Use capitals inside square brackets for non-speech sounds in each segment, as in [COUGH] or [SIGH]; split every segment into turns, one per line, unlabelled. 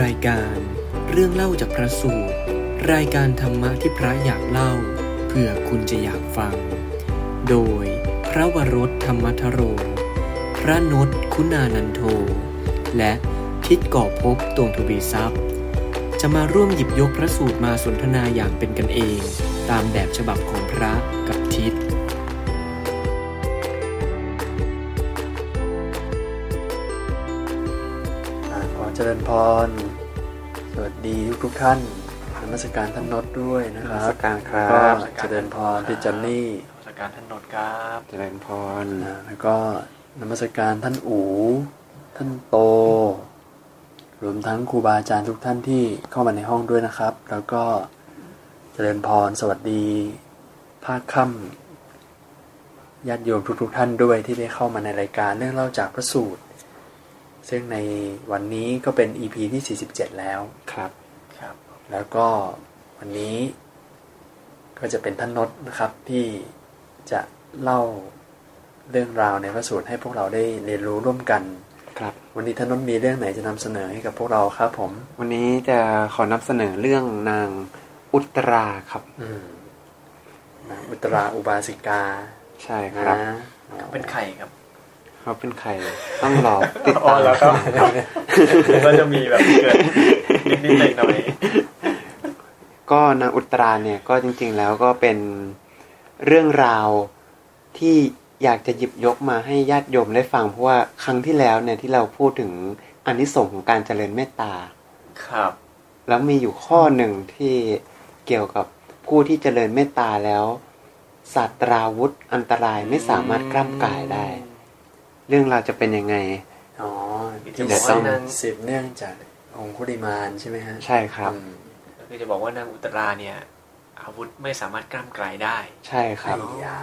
รายการเรื่องเล่าจากพระสูตร รายการธรรมะที่พระอยากเล่าเผื่อคุณจะอยากฟัง โดยพระวรถธรรมทโร พระนศคุณานันโท และทิดก่อภพบตวงทวีทรัพย์ จะมาร่วมหยิบยกพระสูตรมาสนทนาอย่างเป็นกันเอง ตามแบบฉบับของพระกับทิศ
อ่าขอเจริญพร สวัสดีทุกทุกๆท่านนมัสการท่านนศด้วยนะคน รั
มั
บ
สการครั
ก็
บ
เจริญพรพี่จอนนี่
นมัสการท่านนนท์ครับเจริญพร
อ่าแล้วก็นมัสการท่านอูท่านโต รวมทั้งครูบาอาจารย์ทุกท่านที่เข้ามาในห้องด้วยนะครับ แล้วก็เจริญพรสวัสดีภาคค่ำญาติโยมทุกๆท่านด้วยที่ได้เข้ามาในรายการเรื่องเล่าจากพระสูตร ซึ่งในวันนี้ก็เป็น EP ที่ 47 แล้ว
ครับครับ
แล้วก็วันนี้ก็จะเป็นท่านนศนะครับที่จะเล่าเรื่องราวในพระสูตรให้พวกเราได้เรียนรู้ร่วมกัน
ครับ
วันนี้ท่านนศมีเรื่องไหนจะนำเสนอให้กับพวกเราครับผม
วันนี้จะขอนำเสนอเรื่องนางอุตราครับ
อืมนะอุตราอุบาสิกา
ใช่ค
นะ
รับ
เป็นใคร
เขาเป็นใคร ต้องรอติดตาม [LAUGHS]
ก็จะมีแบบเกิดนิดๆหน่อย
ก็นางอุตราเนี่ยก็จริง ๆ แล้วก็เป็นเรื่องราวที่อยากจะหยิบยกมาให้ญาติโยมได้ฟัง เพราะว่าครั้งที่แล้วเนี่ยที่เราพูดถึงอานิสงส์ของการเจริญเมตตา
ๆครับ
แล้วมีอยู่ข้อหนึ่งที่เกี่ยวกับผู้ที่เจริญเมตตาแล้วศาสตราวุธอันตรายไม่สามารถกล้ำกลายได้ เรื่องราวจะเป็นยังไง
อ๋อ
ที่
ที่
บอก
สื
ว่า
บ
นาง
สืบเนื่องจากองคุริมานใช่ไหมฮะ
ใช่ครับ
อืม
ก็คือจะบอกว่านางอุตราเนี่ย อาวุธไม่สามารถกล้ามกลายได้
ใช่ครับ
ไอ้ยา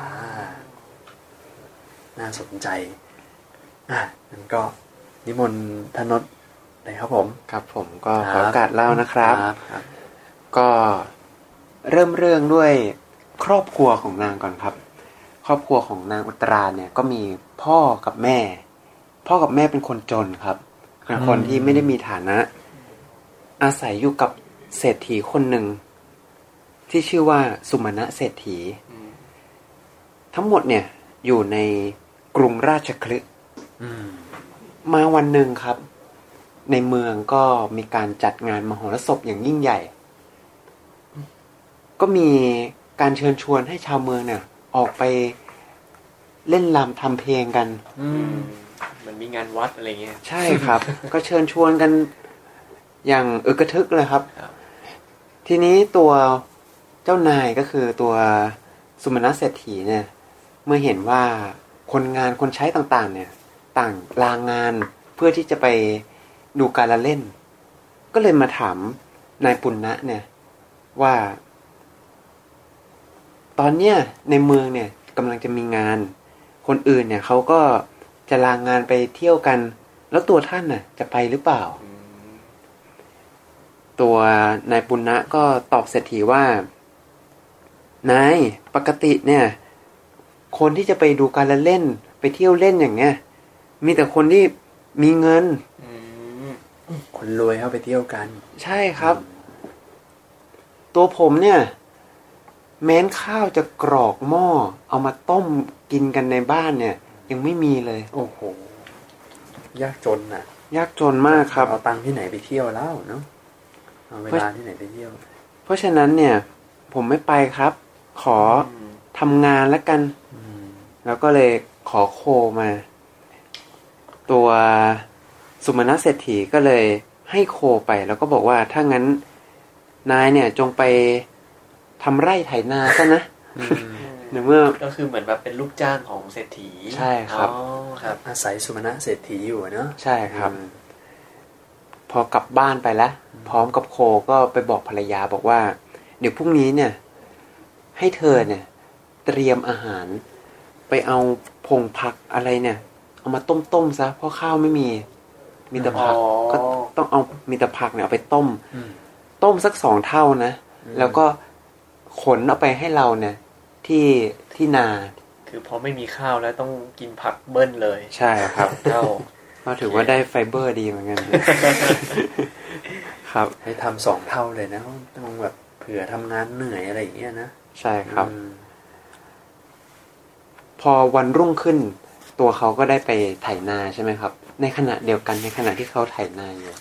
น่าสนใจ อ่ะงั้นก็นิมนต์ธนศเลยครับผม
ครับผมก็ข
ครั
อบ โอกาสเล่านะครับ
ครับ
ก็เริ่มเรื่องด้วยครอบครัวของนางก่อนครับ ครอบครัวของนางอุตราเนี่ยก็มีพ่อกับแม่ พ่อกับแม่เป็นคนจนครับเป็นคนที่ไม่ได้มีฐานะ อาศัยอยู่กับเศรษฐีคนหนึ่ง ที่ชื่อว่าสุมาณะเศรษฐี
อืม
ทั้งหมดเนี่ยอยู่ในกรุงราชคลึ
อืม
มาวันหนึ่งครับ ในเมืองก็มีการจัดงานมหรสพอย่างยิ่งใหญ่ ก็มีการเชิญชวนให้ชาวเมืองเนี่ย ออกไปเล่นรำทำเพลงกัน
อืม
มันมีงานวัดอะไรเงี้ย
ใช่
[LAUGHS]
ครับ ก็เชิญชวนกันอย่างอึกกระทึกเลยครับ
ครับ
ทีนี้ตัวเจ้านายก็คือตัวสุมาณะเศรษฐีเนี่ย เมื่อเห็นว่าคนงานคนใช้ต่างๆ เนี่ย ต่างลางงานเพื่อที่จะไปดูการละเล่น ก็เลยมาถามนายปุณณะเนี่ย ว่า ตอนเนี้ยในเมืองเนี่ยกำลังจะมีงาน คนอื่นเนี่ยเขาก็จะลางงานไปเที่ยวกัน แล้วตัวท่านน่ะ จะไปหรือเปล่า
อืม
ตัวนายปุณณะก็ตอบเศรษฐีว่านายปกติเนี่ย คนที่จะไปดูการละเล่น ไปเที่ยวเล่นอย่างเงี้ยมีแต่คนที่มีเงิน
อืม
คนรวยเข้าไปเที่ยวกัน
ใช่ครับ ตัวผมเนี่ย แม้นข้าวจะกรอกหม้อเอามาต้มกินกันในบ้านเนี่ย ยังไม่มีเลย
โอ้โห ยากจนน่ะ
ยากจนมากครับ
เอาตังค์ที่ไหนไปเที่ยวแล้วเนาะเอาเวลาที่ไหนไปเที่ยว
เพราะฉะนั้นเนี่ย ผมไม่ไปครับ ขอทำงานแล้วกัน
อืม
แล้วก็เลยขอโคมา ตัวสุมาณะเศรษฐีก็เลยให้โคไป แล้วก็บอกว่าถ้างั้นนายเนี่ยจงไปทำไร่ไถนาซะนะ ในเมื่อ
ก็คือเหมือนแบบเป็นลูกจ้างของเศรษฐี
ใช่ครับ
อ๋อครับ
อาศัยสุมาณะเศรษฐีอยู่อะเนาะ
ใช่ครับ พอกลับบ้านไปแล้ว พร้อมกับโคก็ไปบอกภรรยาบอกว่า เดี๋ยวพรุ่งนี้เนี่ย ให้เธอเนี่ย เตรียมอาหาร ไปเอาผงผักอะไรเนี่ย เอามาต้มต้มๆซะเพราะข้าวไม่มี มีแต่
อ๋
ผั
อก
ก็ต้องเอามีแต่ผักเนี่ยเอาไปต้ม
อืม
ต้มสักสองเท่านะ
อืม
แล้วก็ขนเอาไปให้เราเนี่ย ที่ที่นา
คือพอไม่มีข้าวแล้วต้องกินผักเบิ้ลเลย
ใช่ครับ
เท่า
ก็ถือว่าได้ไฟเบอร์ดีเหมือน
[LAUGHS]
กัน ครับ
ให้ทำสองเท่าเลยนะต้องแบบเผื่อทำงานเหนื่อยอะไรอย่างเงี้ยนะ
ใช่ครับ
อืม
พอวันรุ่งขึ้น ตัวเขาก็ได้ไปไถนาใช่ไหมครับ ในขณะเดียวกันในขณะที่เขาไถนาอยู่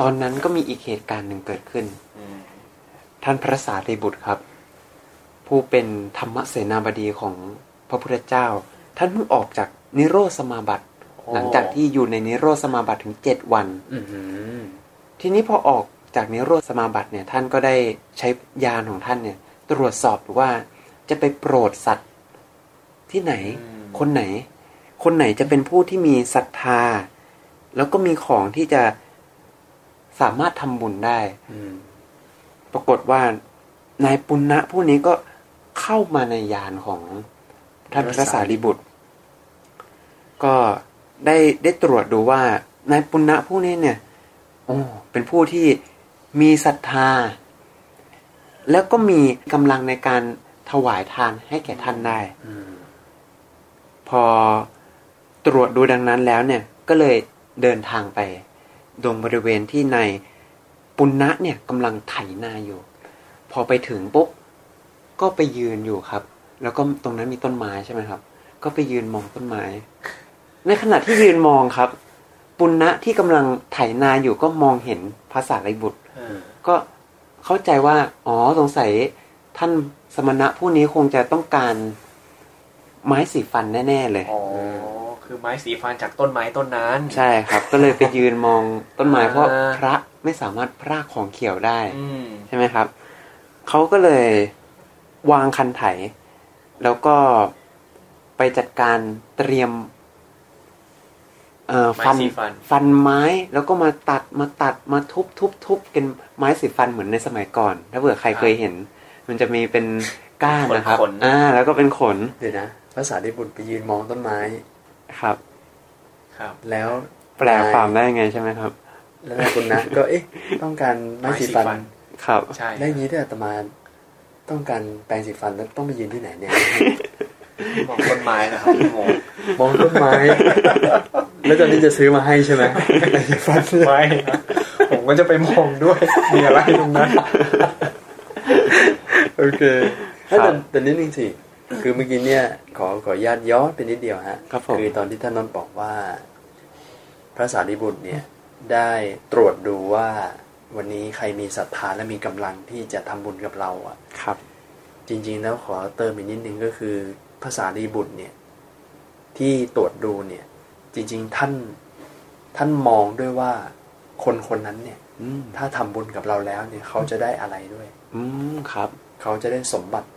ตอนนั้นก็มีอีกเหตุการณ์หนึ่งเกิดขึ้น
อืม
ท่านพระสารีบุตรครับ ผู้เป็นธรรมเสนาบดีของพระพุทธเจ้า ท่านเพิ่งออกจากนิโรธสมาบัติ หลังจากที่อยู่ในนิโรธสมาบัติถึงเจ็ดวัน
อืม
ทีนี้พอออกจากนิโรธสมาบัติเนี่ย ท่านก็ได้ใช้ญาณของท่านเนี่ย ตรวจสอบดูว่าจะไปโปรดสัตว์ที่ไหน คนไหน คนไหนจะเป็นผู้ที่มีศรัทธา แล้วก็มีของที่จะสามารถทำบุญได้
อืม
ปรากฏว่านายปุณณะผู้นี้ก็เข้ามาในยานของท่านพระสารีบุตร ก็ได้ได้ตรวจดูว่านายปุณณะผู้นี้เนี่ย โอ้เป็นผู้ที่มีศรัทธา แล้วก็มีกำลังในการถวายทานให้แก่ท่านได้
อืม
พอตรวจดูดังนั้นแล้วเนี่ยก็เลยเดินทางไปตรงบริเวณที่นายปุณณะเนี่ยกำลังไถนาอยู่ พอไปถึงปุ๊บก็ไปยืนอยู่ครับ แล้วก็ตรงนั้นมีต้นไม้ใช่ไหมครับ ก็ไปยืนมองต้นไม้ ในขณะที่ยืนมองครับ ปุณณะที่กำลังไถนาอยู่ก็มองเห็นภาษาไรบุตร
เออ
ก็เข้าใจว่า อ๋อ สงสัยท่านสมณะผู้นี้คงจะต้องการไม้สีฟันแน่ ๆ เลย
อ๋อคือไม้สีฟันจากต้นไม้ต้นนั้น
ใช่ครับ ก็เลยไปยืนม
[LAUGHS]
องต้นไม้
อ่า
เพราะพระไม่สามารถพรากของเขียวได้
อืม
ใช่ไหมครับ เขาก็เลยวางคันไถ แล้วก็ไปจัดการเตรียมเอ่อ
ไม้
ฟัน
สีฟัน
ฟันไม้แล้วก็มาตัดมาตัดมาทุบทุบทุบเป็นไม้สีฟันเหมือนในสมัยก่อน ถ้าเผื่อใครเคยเห็น มันจะมีเป็นก้านนะครับ
ขนๆ
อ่า แล้วก็เป็นขน
เดี๋ยวนะภาษาญี่ปุ่นไปยืนมองต้นไม้
ครับ
ครับ
แล้ว
แปลความได้ไงใช่ไหมครับ
แล้วนายคุณนะ ก็เอ๊ะ ต้องการไม้สีฟัน
ไม้สีฟัน
ครับ
ใช่
ได้งี้ด้วยอาตมาต้องการแปรงสีฟันแล้วต้องไปยืนที่ไหนเนี่ย
มองต้นไม้นะครับงง
มองต้น
[LAUGHS]
ไม้ แล้วตอนนี้จะซื้อมาให้ใช่ไหมแปรงสีฟันเลย
ไม่ครับผมก็จะไปมองด้วย มีอะไรตรงนั้น
[LAUGHS] โอเคแล้วแต่แต่นิดนึงสิคือเมื่อกี้เนี่ยขอขออนุญาตย้อนไปนิดเดียวฮะ
ครับผม
อตอนที่ท่านนนท์บอกว่า พระสารีบุตรเนี่ยได้ตรวจดูว่า วันนี้ใครมีศรัทธาและมีกำลังที่จะทำบุญกับเราอะ
ครับ
จริงๆ แล้วขอเติมอีกนิดนึงก็คือภาษารีบุตรเนี่ย ที่ตรวจดูเนี่ย จริงๆ ท่านท่านมองด้วยว่าคนคนนั้นเนี่ย
อืม
ถ้าทำบุญกับเราแล้วเนี่ย เขาจะได้อะไรด้วย
อืมครับ
เขาจะได้สมบัติ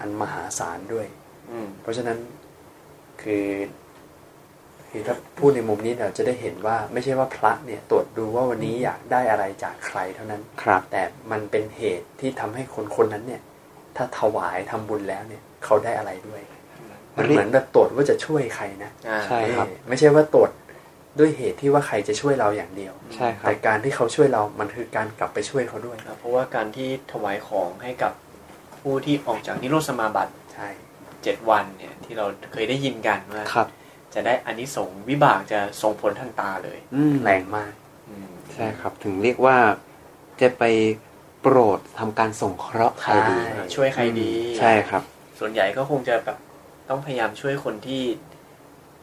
อันมหาศาลด้วย
อืม
เพราะฉะนั้นคือคือถ้าพูดในมุมนี้เราจะได้เห็นว่าไม่ใช่ว่าพระเนี่ย ตรวจดูว่าวันนี้อยากได้อะไรจากใครเท่านั้น
ครับ
แต่มันเป็นเหตุที่ทำให้คนคนนั้นเนี่ย ถ้าถวายทำบุญแล้วเนี่ย เขาได้อะไรด้วย มัน
เรียก
เหมือนแบบตรวจว่าจะช่วยใครนะ
อ่า
ใช่ ครับ
เออไม่ใช่ว่าตรวจด้วยเหตุที่ว่าใครจะช่วยเราอย่างเดียว
ใช่ครั
แต่
บ
การที่เขาช่วยเรา มันคือการกลับไปช่วยเขาด้วย
ครับเพราะว่าการที่ถวายของให้กับผู้ที่ออกจากนิโรธสมาบัติ
ใช่
เจ็ดวันเนี่ยที่เราเคยได้ยินกันว่า
ครับ
จะได้อานิสงส์วิบากจะส่งผลทางตาเลย
อืม
แรงมาก
อืม
ใช่ครับ ถึงเรียกว่าจะไปโปรดทำการส่งเคราะห์ใครดี
ใช่
ช่วยใครดี
ใช่ครับ
ส่วนใหญ่ก็คงจะแบบต้องพยายามช่วยคนที่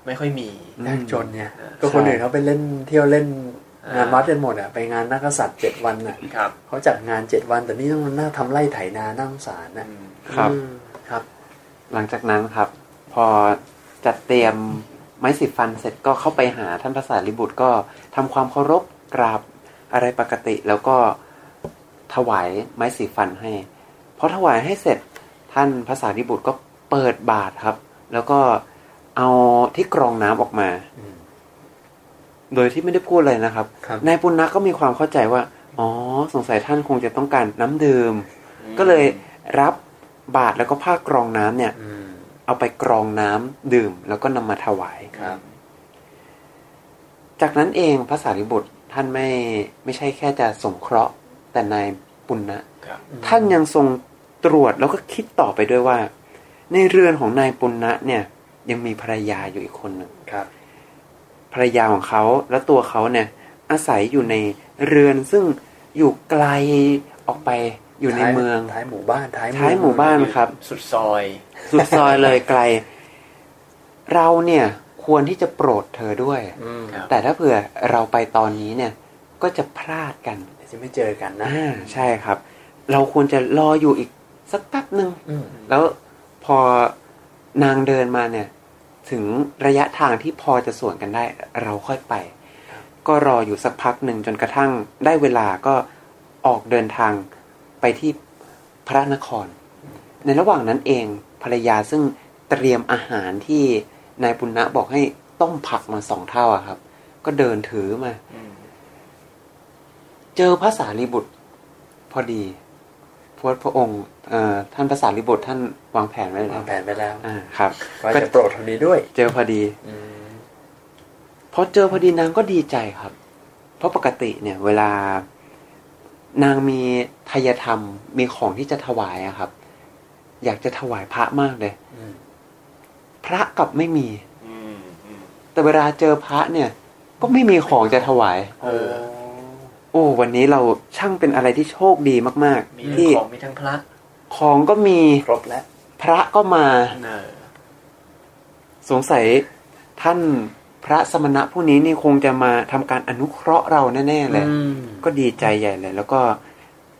ไม่ค่อยมี
อืม
ยากจนเนี่ย
เออ
ก็คนอื่นเขาไปเล่นเที่ยวเล่น
เออ
งานวัดกันหมดอ่ะไปงานนักกษัตริย์เจ็ดวันอ่ะ
ครับ
เขาจัดงานเจ็ดวัน แต่นี่ต้องมานั่งทำไร่ไถนานั่งสารน่ะ
อืม
ครับ
อืมครับ
หลังจากนั้นครับ พอจัดเตรียมไม้สีฟันเสร็จก็เข้าไปหาท่านพระสารีบุตรก็ทำความเคารพกราบอะไรปกติ แล้วก็ถวายไม้สีฟันให้พอถวายให้เสร็จท่านพระสารีบุตรก็เปิดบาทครับ แล้วก็เอาที่กรองน้ำออกมา
อืม
โดยที่ไม่ได้พูดอะไรนะครับ
ครับ
นายปุณณะก็มีความเข้าใจว่าอ๋อสงสัยท่านคงจะต้องการน้ำดื่ม ก็เลยรับบาทแล้วก็ผ้ากรองน้ำเนี่ย
อืม
เอาไปกรองน้ำดื่ม แล้วก็นำมาถวาย
ครับ
จากนั้นเองพระสารีบุตรท่านไม่ไม่ใช่แค่จะสงเคราะห์แต่นายปุณณะ
ครับ
ท่านยังทรงตรวจแล้วก็คิดต่อไปด้วยว่า ในเรือนของนายปุณณะเนี่ยยังมีภรรยาอยู่อีกคนหนึ่ง
ครับ
ภรรยาของเขาและตัวเขาเนี่ยอาศัยอยู่ในเรือนซึ่งอยู่ไกลออกไปอยู่ในเมือง
ท้ายหมู่บ้านท้ายเมือง
ท้ายหมู่บ้านครับ
สุดซอย
สุดซอยเลยไกล เราเนี่ยควรที่จะโปรดเธอด้วย
อืม
ครับ
แต่ถ้าเผื่อเราไปตอนนี้เนี่ย ก็จะพลาดกัน
เดี๋ยวจะไม่เจอกันนะ
อ่าใช่ครับ เราควรจะรออยู่อีกสักแป๊บหนึ่ง
อืม
แล้วพอนางเดินมาเนี่ย ถึงระยะทางที่พอจะสวนกันได้ เราค่อยไป ก็รออยู่สักพักหนึ่งจนกระทั่งได้เวลาก็ออกเดินทางไปที่พระนคร ในระหว่างนั้นเองภรรยาซึ่งเตรียมอาหารที่นายปุณณะบอกให้ต้มผักมาสองเท่าอะครับ ก็เดินถือมา
อืม
เจอพระสารีบุตร พอดีพระพระองค์เอ่อท่านพระสารีบุตรท่านวางแผนไว้แล้ว
วางแผนไปแล้ว
อ่าครับ
ว่าจะโปรดคนนี้ด้วย
เจอพอดี
อืม
พอเจอพอดีนางก็ดีใจครับ เพราะปกติเนี่ย เวลานางมีทายธรรมมีของที่จะถวายอะครับ อยากจะถวายพระมากเลย
อืม
พระกลับไม่มี
อืมอืม
แต่เวลาเจอพระเนี่ย ก็ไม่มีของจะถวาย
เออ
โอ้ วันนี้เราช่างเป็นอะไรที่โชคดีมาก
มี
ๆ
ทั้ง
ที่
ของมีทั้งพระ
ของก็มี
ครบแล้ว
พระก็มา
เออ
สงสัยท่านพระสมณะผู้นี้นี่คงจะมาทำการอนุเคราะห์เราแน่ๆเลย ก็ดีใจใหญ่เลย แล้วก็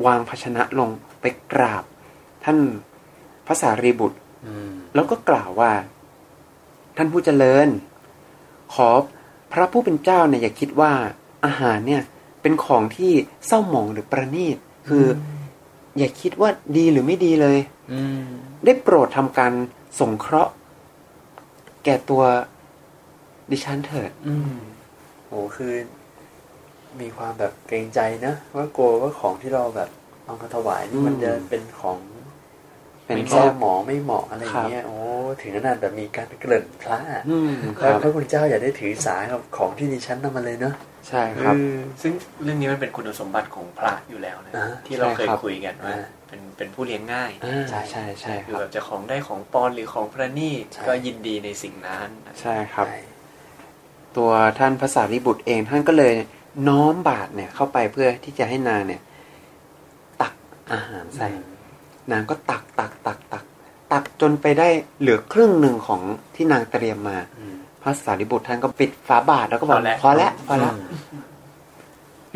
วางภาชนะลงไปกราบ ท่านพระสารีบุตร
อืม
แล้วก็กล่าวว่า ท่านผู้เจริญ ขอพระผู้เป็นเจ้าเนี่ยอย่าคิดว่า อาหารเนี่ย เป็นของที่เศร้าหมองหรือประณีตคือออย่าคิดว่าดีหรือไม่ดีเลย
อืม
ได้โปรดทำการสงเคราะห์ แก่ตัวดิฉันเถิด
อืมโอ้คือ มีความแบบเกรงใจนะว่ากลัวว่าของที่เราแบบเอามาถวายนี่มัน
อืม
จะเป็นของ
เป็น
ไม่
แค่
แค่หมอไม่เหมาะอะไรอย่างเงี้ยโอ้ถึงขนาดแบบมีการเกริ่นพระอะ
อืมค
แล้
รั
ว
บ
พระคุณเจ้าอย่าได้ถือสากับของที่ดิฉันนำมาเลยเนอะ
ใช่ครับ
เออ
ซึ่งเรื่องนี้มันเป็นคุณสมบัติของพระอยู่แล้วนะ
อ่า
ที่เรา
ใช่
เคย
ครับ
คุยกันว่า
อ่า
เป็นเป็นผู้เลี้ยงง่าย
อ่าใช่ใช่ใช่ค
คือ
รับ
แบบจะของได้ของปอนหรือของพระนี่
ใช่
ก็ยินดีในสิ่งนั้น
ใช่ครับ
ใช่
ตัวท่านภาษาริบุตรเองท่านก็เลยน้อมบาทเนี่ยเข้าไปเพื่อที่จะให้นางเนี่ย ตักอาหารใส่ นางก็ตักตักตักตัก ตักจนไปได้เหลือครึ่งหนึ่งของที่นางเตรียมมา
อืม
พระสารีบุตรท่านก็ปิดฝาบาทแล้วก็บอกพอแล้วพอแล้ว
อืม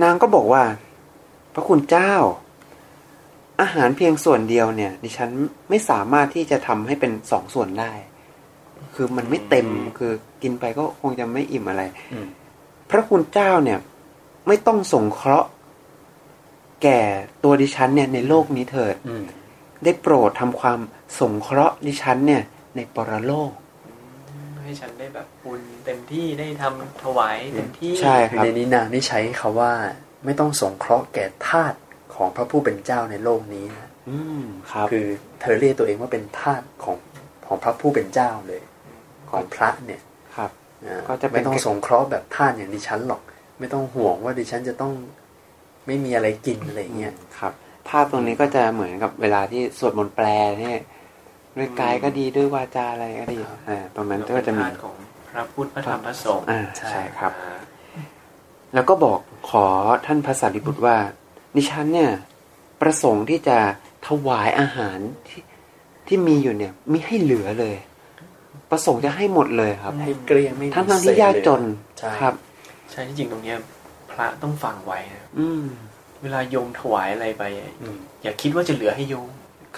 นางก็บอกว่า พระคุณเจ้า อาหารเพียงส่วนเดียวเนี่ย ดิฉันไม่สามารถที่จะทำให้เป็นสองส่วนได้ คือมันไม่เต็มคือกินไปก็คงจะไม่อิ่มอะไร
อืม
พระคุณเจ้าเนี่ย ไม่ต้องสงเคราะห์ แก่ตัวดิฉันเนี่ยในโลกนี้เถิด
อืม
ได้โปรดทำความสงเคราะห์ดิฉันเนี่ย ในปรโลก
ให้ฉันได้แบบปุณเต็มที่ได้ทำถวายเต็มที่
ใช่
คือ
ครับ
ในนี้นางนี่ใช้คาว่า ไม่ต้องสงเคราะห์แก่ทาสของพระผู้เป็นเจ้าในโลกนี้นะ
อืมครับ
คือเธอเรียกตัวเองว่าเป็นทาสของของพระผู้เป็นเจ้าเลย ของพระเนี่ย
ครับ
อ่า
ก็จะเป็น
ไม่ต้องสงเคราะห์แบบทาสอย่างดิฉันหรอก ไม่ต้องห่วงว่าดิฉันจะต้องไม่มีอะไรกินอะไรอย่างเงี้ย
ครับ ภาพตรงนี้ก็จะเหมือนกับเวลาที่สวดมนต์แปลเนี่ยด้วยกายก็ดีด้วยวาจาอะไรก็ดีอ่าตรงนั้น
เรา
ก็
เป็
จะ
น
มี
ทาสของพระพุทธพระธรรมพระสงฆ์
อ่าใช่ครับ
อ่า
แล้วก็บอกขอท่านพระสารีบุตรว่าดิฉันเนี่ย ประสงค์ที่จะถวายอาหารที่ที่มีอยู่เนี่ยมีให้เหลือเลย ประสงค์จะให้หมดเลยครับ
ให้เกลี้ยงไม่มี
ทั้งทั้งๆที่
เศษ
ยากจน
เลย ใช่
ครับ
ใช่ที่จริงตรงเนี้ยพระต้องฟังไว้นะ
อืม
เวลาโยมถวายอะไรไป
อืม
อย่าคิดว่าจะเหลือให้โยม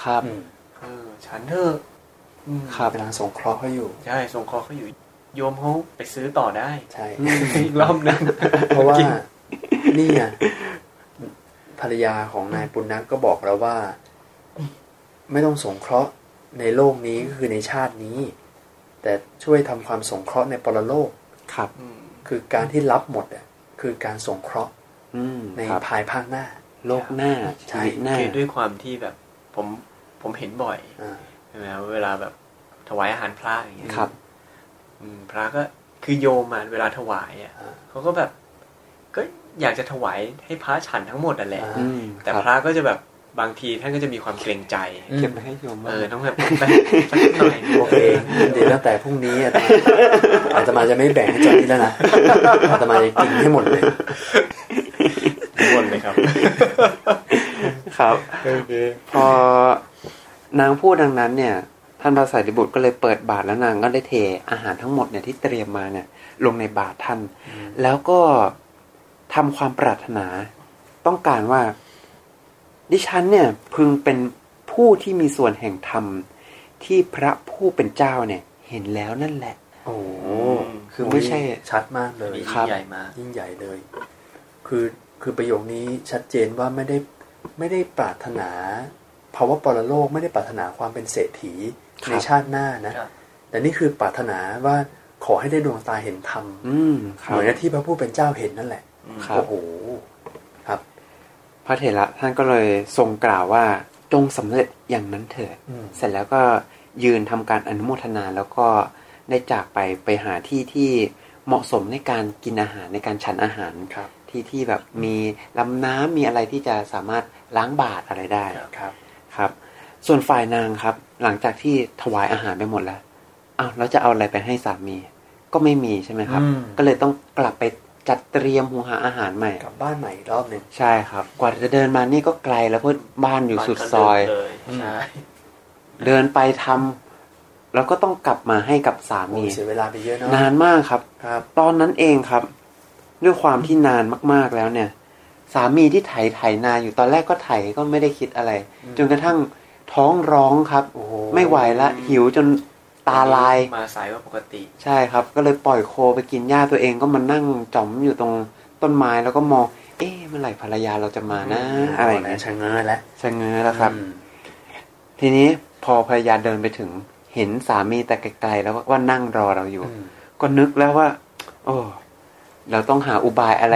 ครับ
อืม
เออฉันเถอะอืม
ครับ
กำลังสงเคราะห์เขาอยู่
ใช่สงเคราะห์เขาอยู่โยมเขาไปซื้อต่อได้
ใช่
[LAUGHS]
อีกรอบหนึง
เพราะว่า
จริง
นี่ไงภรรยาของนายปุณณะก็บอกเราว่า ไม่ต้องสงเคราะห์ในโลกนี้ก็คือในชาตินี้ แต่ช่วยทำความสงเคราะห์ในปรโลก
ครับ
อืม
คือการที่รับหมดอ่ะคือการสงเคราะห์
อืม
ใน
ครับ
ภายภาคหน้า
โลกหน้า
ใช่
ชีวิตหน้า
คือด้วยความที่แบบผมผมเห็นบ่อย
[LAUGHS]
อ่า
ใช่ไหมครับเวลาแบบถวายอาหารพระอย่างเงี้ย
ครับ
อืมพระก็คือโยมอะเวลาถวายอ่ะ
อ่า
เขาก็แบบ ก็อยากจะถวายให้พระฉันทั้งหมดนั่นแหละ
อ่า
อืม
แต่
ครับ
พระก็จะแบบ บางทีท่านก็จะมีความเกรงใจ
เก็บมาให้โยมบ้า
เอง อต้องแบบไปสักหน่อย
โอเคเดี๋ยวตั้งแต่พรุ่งนี้อาตมาอาตมาจะไม่แบ่งให้เจอที่แล้ว
[LAUGHS]
นะอาตมาจะกินให้หมดเลย
ทุกคนเลยครับ
ครับ
โอเค
พอนางพูดดังนั้นเนี่ย ท่านพระสารีบุตรก็เลยเปิดบาตรแล้วนางก็ได้เทอาหารทั้งหมดเนี่ยที่เตรียมมาเนี่ย ลงในบาตรท่าน แล้วก็ทำความปรารถนา ต้องการว่า ดิฉันเนี่ย พึงเป็นผู้ที่มีส่วนแห่งธรรม ที่พระผู้เป็นเจ้าเนี่ย เห็นแล้วนั่นแหละ
โอ้โห
คือไม่ใช่
ชัดมากเลย
มี
ครับ
ใหญ่มาก
ยิ่งใหญ่เลย คือคือประโยคนี้ชัดเจนว่าไม่ได้ไม่ได้ปรารถนาภาวะปรโลกไม่ได้ปรารถนาความเป็นเศรษฐี
ครับ
ในชาติหน้านะครับ แต่นี่คือปรารถนาว่าขอให้ได้ดวงตาเห็นธรรม
อืมค
เห
รับ
มือนกับที่พระผู้เป็นเจ้าเห็นนั่นแหละ
ครับ
โอ้โหครับ
พระเถระท่านก็เลยทรงกล่าวว่าจงสำเร็จอย่างนั้นเถิด
อืม
เสร็จแล้วก็ยืนทำการอนุโมทนาแล้วก็ได้จากไปไปหาที่ที่เหมาะสมในการกินอาหารในการฉันอาหาร
ครับ
ที่ที่แบบมีลำน้ำมีอะไรที่จะสามารถล้างบาตรอะไรได้
ครับ
ครับ ส่วนฝ่ายนางครับ หลังจากที่ถวายอาหารไปหมดแล้วอ้าวแล้วจะเอาอะไรไปให้สามี ก็ไม่มีใช่ไหมครับ
อืม
ก็เลยต้องกลับไปจัดเตรียมหุงหาอาหารใหม่
กลับบ้านใหม่อีกรอบหนึ่ง
ใช่ครับ กว่าจะเดินมานี่ก็ไกลแล้วเพราะบ้านอยู่สุดซอย
บ้านก็เลยใช่
เดินไปทำแล้วก็ต้องกลับมาให้กับสา
โอ้
มี
ยเสียเวลาไปเยอะเนาะ
นานมากครับ
ครับ
ตอนนั้นเองครับ ด้วยความที่นานมากๆแล้วเนี่ย สามีที่ไถไถนาอยู่ตอนแรกก็ไถก็ไม่ได้คิดอะไร
อืม
จนกระทั่งท้องร้องครับ
โอ้โ
ไม่ไหวละ
อืม
หิวจนตาลาย
มาสายกว่าปกติ
ใช่ครับ ก็เลยปล่อยโคไปกินหญ้าตัวเองก็มานั่งจ๋อมอยู่ตรงต้นไม้แล้วก็มอง เอ๊ะเมื่อไหร่ภรรยาเราจะมานะ อะไรอย่าง
นะ
เงี้ย
ชะเง้อแล้ว
ชะเง้อแล้วครับ
อืม
ทีนี้พอภรรยาเดินไปถึงเห็นสามีแต่ไกลๆแล้วว่านั่งรอเราอยู่ ก็นึกแล้วว่า โอ้เราต้องหาอุบายอะไร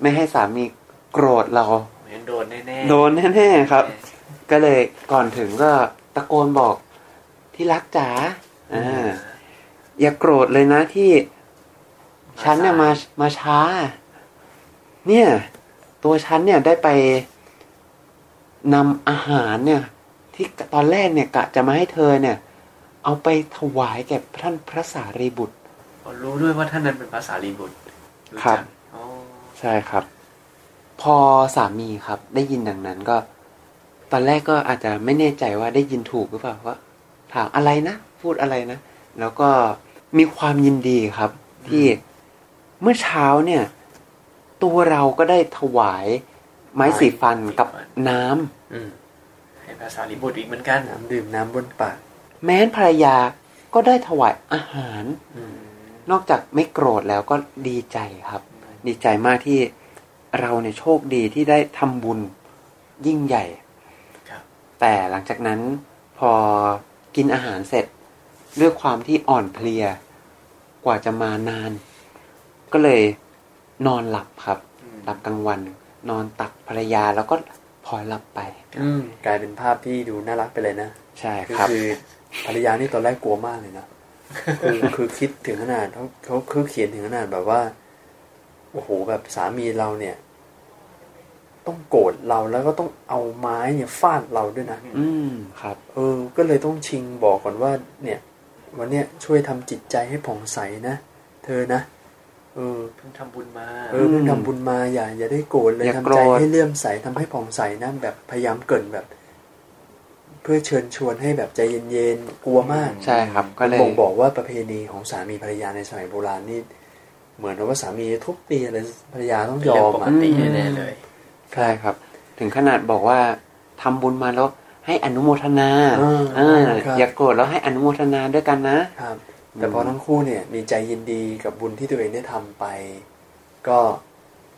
ไม่ให้สามีโกรธเรา
ผมยังโดนแน่ๆ
โดนแน่ๆครับ ก็เลยก่อนถึงก็ตะโกนบอกที่รักจ๋าอ่าอย่าโกรธเลยนะที่ ฉันเนี่ยมามาช้า เนี่ย ตัวฉันเนี่ยได้ไปนำอาหารเนี่ย ที่ตอนแรกเนี่ยกะจะมาให้เธอเนี่ย เอาไปถวายแก่ท่านพระสารีบุตร
อ๋อรู้ด้วยว่าท่านนั้นเป็นภาษาลีบุตร
ครับ
จักอ๋อ
ใช่ครับ พอสามีครับ ได้ยินดังนั้นก็ ตอนแรกก็อาจจะไม่แน่ใจว่าได้ยินถูกหรือเปล่าก็ถามอะไรนะ พูดอะไรนะ แล้วก็มีความยินดีครับ ที่เมื่อเช้าเนี่ย ตัวเราก็ได้ถวาย ไม้สีฟันกับน้ำ
อืม
ให้ภาษาลีบุตรอีกเหมือนกัน
น้ำดื่มน้ำบนปาก
แม้นภรรยาก็ได้ถวายอาหาร
อืม
นอกจากไม่โกรธแล้วก็ดีใจครับ ดีใจมากที่เราเนี่ยโชคดีที่ได้ทำบุญยิ่งใหญ่
ครับ
แต่หลังจากนั้นพอกินอาหารเสร็จด้วยความที่อ่อนเพลีย กว่าจะมานาน ก็เลยนอนหลับครับ
อืม
หลับกลางวัน นอนตักภรรยาแล้วก็พลอยหลับไป
อืมกลายเป็นภาพที่ดูน่ารักไปเลยนะ
ใช่
คือ
ครับ
คือภรรยานี่ตอนแรกกลัวมากเลยนะคือคือคิดถึงขนาดเขาเขาเขาเขียนถึงขนาดแบบว่า โอ้โหแบบสามีเราเนี่ย ต้องโกรธเราแล้วก็ต้องเอาไม้เนี่ยฟาดเราด้วยนะ
อืมครับ
เออ ก็เลยต้องชิงบอกก่อนว่า เนี่ย วันเนี้ยช่วยทำจิตใจให้ผ่องใสนะเธอนะเออ
เพิ่งทำบุญมา
เออเพิ่งทำบุญมาอย่าอย่าได้โกรธเลย
อย่า
ทำ
โกร
ใจ
ธ
ให้เลื่อมใสทำให้ผ่องใสนะแบบพยายามเกรินแบบ เพื่อเชิญชวนให้แบบใจเย็นๆกลัวมาก
ใช่ครับ ก็เลย
บ่งบอกว่าประเพณีของสามีภรรยาในสมัยโบราณนี่เหมือนว่าสามีทุบตีอะไรภรรยาต้องยอม
เป็นเรื่องปก
อ่ะ
ติ แน่ๆเลย
ใช่ครับ ถึงขนาดบอกว่าทำบุญมาแล้วให้อนุโมทนาเอ
อ่า
อ
ครับ
อย่าโกรธแล้วให้อนุโมทนาด้วยกันนะ
ครับ แต่พอทั้งคู่เนี่ย มีใจยินดีกับบุญที่ตัวเองได้ทำไป ก็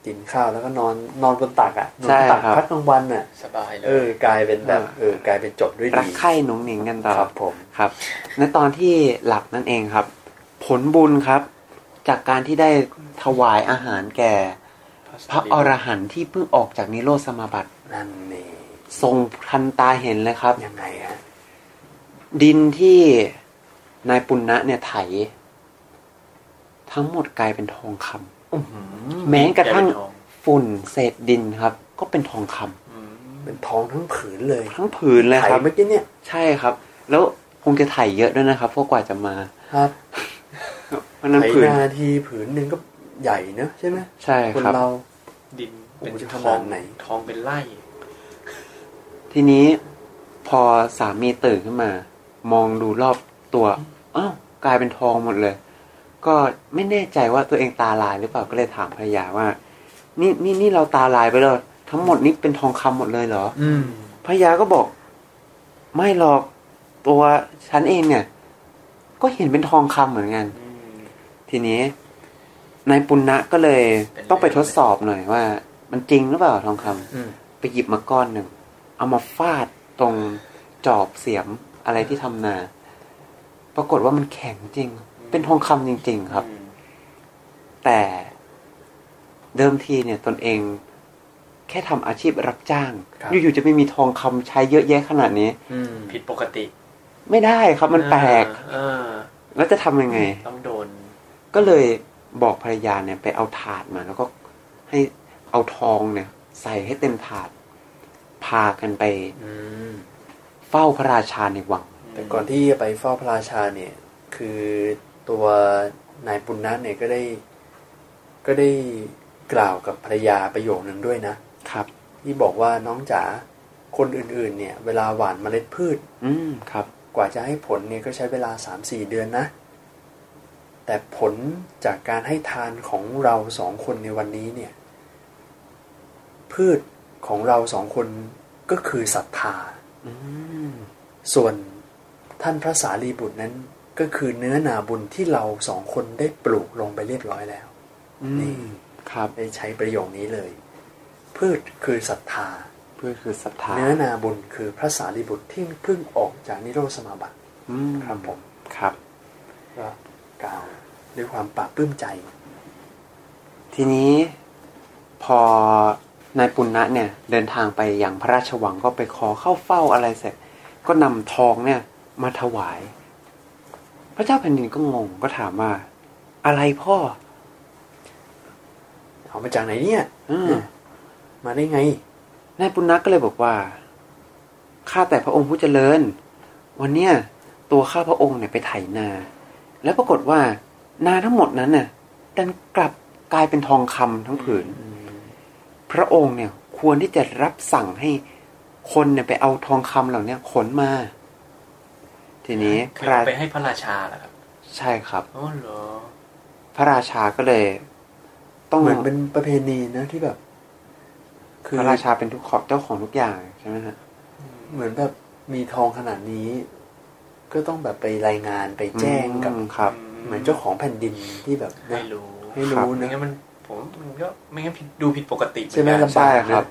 กินข้าวแล้วก็นอนนอนบนตักอ่ะนอนบนตัก
ใช่ครับ
พักกลางวันอ่ะ
สบายเล
เอย อกลายเป็นแบบเออกลายเป็นจบด้วย
รั
ดี
กใคร่หนุ่งหนิงกันต่อ
ครับผม
ครับในตอนที่หลับนั่นเองครับ ผลบุญครับ จากการที่ได้ถวายอาหารแก่ พระอรหันต์ที่เพิ่งออกจากนิโรธสมาบัติ
นั่นนี่
ทรงทันตาเห็นเลยครับ
ยังไงฮะ
ดินที่นายปุณณะเนี่ยไถ ทั้งหมดกลายเป็นทองคำ แม้กระทั่ง ฝุ่นเศษดินครับ ก็เป็นทองคำ
อืม
เป็นท้องทั้งผืนเลย
ทั้งผืนเลย
ถ่าย
ครับ
เมื่อกี้เนี่ย
ใช่ครับ แล้วคงจะถ่ายเยอะด้วยนะครับเพวกกว่าจะมา
ครับ
เพราะฉะนั้น
ถ่าย
ผืน
นาทีผืนหนึ่งก็ใหญ่เนอะใช่ไหม
ใช่
คน
ครับ
เรา
ดินเป็น
โอ้โหจะ
ท
ข
อ
นาด
ง
ไหน
ทองเป็นไร่
ทีนี้พอสามีตื่นขึ้นมา มองดูรอบตัวอ้าวกลายเป็นทองหมดเลย ก็ไม่แน่ใจว่าตัวเองตาลายหรือเปล่าก็เลยถามภรรยาว่า นี่นี่นี่เราตาลายไปแล้วทั้งหมดนี้เป็นทองคำหมดเลยเหรอ
อืม
ภรรยาก็บอก ไม่หรอกตัวฉันเองเนี่ย ก็เห็นเป็นทองคำเหมือนกัน
อืม
ทีนี้นายปุณณะก็เลยต้องไปทดสอบหน่อยว่า มันจริงหรือเปล่าทองคำ
อืม
ไปหยิบมาก้อนหนึ่ง เอามาฟาดตรงจอบเสียมอะไรที่ทำนา ปรากฏว่ามันแข็งจริง เป็นทองคำจริง ๆ ครับ แต่เดิมทีเนี่ยตนเอง แค่ทำอาชีพรับจ้าง
ครับ
อยู่ๆจะไม่มีทองคำใช้เยอะแยะขนาดนี้
อืม
ผิดปกติ
ไม่ได้ครับมันแปลก
อ่า
แล้วจะทำยังไง
ต้องโดน
ก็เลยบอกภรรยาเนี่ยไปเอาถาดมา แล้วก็ให้เอาทองเนี่ย ใส่ให้เต็มถาด พากันไป
อืม
เฝ้าพระราชาในวัง
แต่ก่อนที่จะไปเฝ้าพระราชาเนี่ย คือตัวนายปุณณะเนี่ยก็ได้ ก็ได้กล่าวกับภรรยาประโยคนึงด้วยนะ
ครับ
ที่บอกว่าน้องจ๋าคนอื่นๆ เนี่ย เวลาหว่านเมล็ดพืช
อืมครับ
กว่าจะให้ผลเนี่ยก็ใช้เวลา 3 4 เดือนนะ แต่ผลจากการให้ทานของเราสองคนในวันนี้เนี่ย พืชของเราสองคนก็คือศรัทธา
อืม
ส่วนท่านพระสารีบุตรนั้นก็คือเนื้อนาบุญที่เราสองคนได้ปลูกลงไปเรียบร้อยแล้ว
อื
นี่
ม ครับ
ได้ใช้ประโยคนี้เลย พืชคือศรัทธา
เพื่อคือศรัทธา
เนื้อนาบุญคือพระสารีบุตรที่เพิ่งออกจากนิโรธสมาบัติ
อืม
ครับผม
ครับ
ก็กล่าวด้วยความปราบปลื้มใจ
ทีนี้พอนายปุณณะเนี่ย เดินทางไปอย่างพระราชวังก็ไปขอเข้าเฝ้าอะไรเสร็จ ก็นำทองเนี่ย มาถวาย พระเจ้าแผ่นดินก็งงก็ถามว่า อะไรพ่อ
เอามาจากไหนเนี่ย
อืม
มาได้ไง
นายปุณณะก็เลยบอกว่า ข้าแต่พระองค์ผู้เจริญ วันเนี้ยตัวข้าพระองค์เนี่ยไปไถนา แล้วปรากฏว่า นาทั้งหมดนั้นน่ะ ดันกลับกลายเป็นทองคำทั้งผืน พระองค์เนี่ย ควรที่จะรับสั่งให้คนเนี่ยไปเอาทองคำเหล่าเนี้ยขนมา ทีนี้พ
คือ
ระ
ไปให้พระราชาเหรอครับ
ใช่ครับ
อ๋อเหรอ
พระราชาก็เลย ต้อง
เหมือนเป็นประเพณีนะที่แบบ คือ
พระราชาเป็นทุกขอบเจ้าของทุกอย่างใช่ไหมฮะ
เหมือนแบบมีทองขนาดนี้ ก็ต้องแบบไปรายงานไปแจ้งกับ
อืมครับ
เหมือนเจ้าของแผ่นดินที่แบบนะ
ไม่รู้
ไม่รู้
ไม่
นะ
งั้นมันผมมันก็ไม่งั้นผิดดูผิดปกติ
ใช่ไหม
เอนกัน
ลำบาก
ใช่ครั
นะ
บ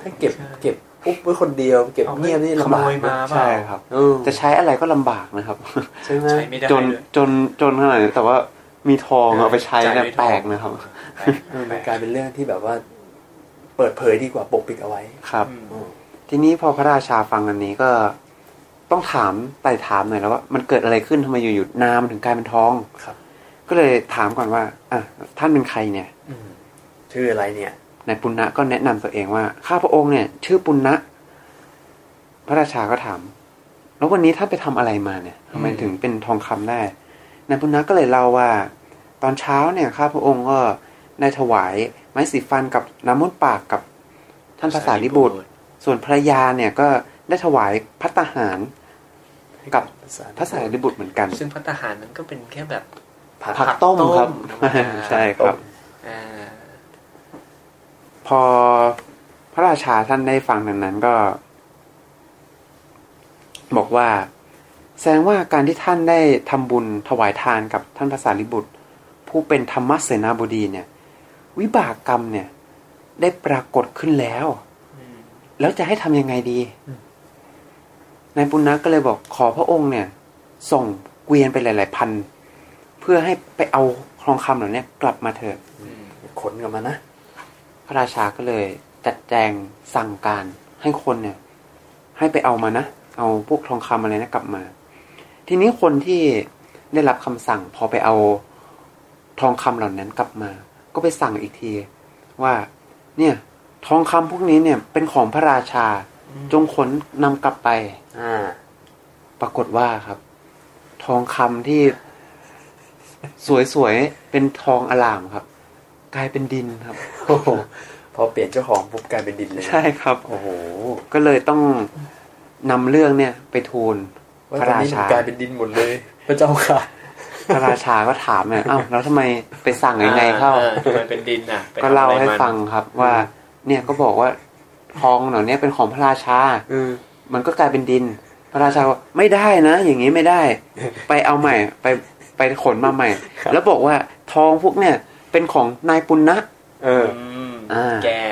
ถ้าเก็บ
ใช่
เก็บปุ๊บไว้คนเดียว เก็บ
อา
เงียบนี่
ข
ลำบา
โม
ก
ย
นะ
มาเปล่า
ใช่ครับ
เออ
จะใช้อะไรก็ลำบากนะครับ
ใช่ไหม
ใช้ไม่ได้
จน
ด้วย
จนจนขนาดนี้แต่ว่ามีทองเอาไปใช้เนี่ย
ไม่ได้
แปลกนะครับ
แปลก
เออมันกลายเป็นเรื่องที่แบบว่า เปิดเผยดีกว่าปกปิดเอาไว้
ครับ
อืม
อืม
ทีนี้พอพระราชาฟังอันนี้ก็ต้องถามไต่ถามหน่อยแล้วว่า มันเกิดอะไรขึ้นทำไมอยู่ๆน้ำมันถึงกลายเป็นทอง
ครับ
ก็เลยถามก่อนว่าอ่ะท่านเป็นใครเนี่ย
อืมชื่ออะไรเนี่ย
นายปุณณะก็แนะนำตัวเองว่าข้าพระองค์เนี่ย ชื่อปุณณะพระราชาก็ถาม แล้ววันนี้ท่านไปทำอะไรมาเนี่ยทำไม
อืม
ถึงเป็นทองคำได้นายปุณณะก็เลยเล่าว่า ตอนเช้าเนี่ยข้าพระองค์ก็ได้ถวายไม้สีฟันกับน้ำมนต์ปากกับท่านภาษาลิบุตร ส่วนภรรยาเนี่ยก็ได้ถวายพัตตาหาร กับ
ภาษา
พระสารีบุตรเหมือนกัน
ซึ่งพัฒหารนั้นก็เป็นแค่แบบ
ผัก
ผักต้มครับ
ผักต้ม
ใช่ครับ
อ่า
พอพระราชาท่านได้ฟังดังนั้นก็ บอกว่า แสดงว่าการที่ท่านได้ทำบุญถวายทานกับท่านพระสารีบุตร ผู้เป็นธรรมเสนาบดีเนี่ย วิบากกรรมเนี่ย ได้ปรากฏขึ้นแล้ว
อืม
แล้วจะให้ทำยังไงดี นายปุณณะก็เลยบอกขอพระองค์เนี่ย ส่งเกวียนไปหลาย ๆ พัน เพื่อให้ไปเอาทองคำเหล่านี้กลับมาเถอะ
อืม
ขนกลับมานะ [LAUGHS]
พระราชาก็เลยจัดแจงสั่งการให้คนเนี่ย ให้ไปเอามานะ เอาพวกทองคำอะไรนะกลับมา ทีนี้คนที่ได้รับคำสั่ง พอไปเอาทองคำเหล่านั้นกลับมา ก็ไปสั่งอีกที ว่า เนี่ย ทองคำพวกนี้เนี่ยเป็นของพระราชา จงขนนำกลับไป
อ่า
ปรากฏว่าครับ ทองคำที่ สวยๆ เป็นทองอลามครับ กลายเป็นดินครับ
โอ้โหพอเปลี่ยนเจ้าของปุ๊บกลายเป็นดินเลยนะ
ใช่ครับ
โอ้โห
ก็เลยต้องนำเรื่องเนี่ย ไปทูล
ว่า
พระ
ตอน
รา
นี้มั
ชาน
กลายเป็นดินหมดเลย พระเจ้าค่ะ
พระราชาก็ถามเนี่ยอ้าวแล้วทำไมไปสั่งยังไงเข้า
อ่ทำไมเป็นดินน่ะไป
ก็เล่า
ทำอะไร
ให้
มัน
ฟังครับว่า เนี่ยก็บอกว่าทองเหล่าเนี้ยเป็นของพระราชา
อืม
มันก็กลายเป็นดิน พระราชาว่าไม่ได้นะ อย่างนี้ไม่ได้ ไปเอาใหม่ ไปไปขนมาใหม่ แล้วบอกว่าทองพวกเนี่ย เป็นของนายปุณณะ
เออ
ม
อ่า
แก่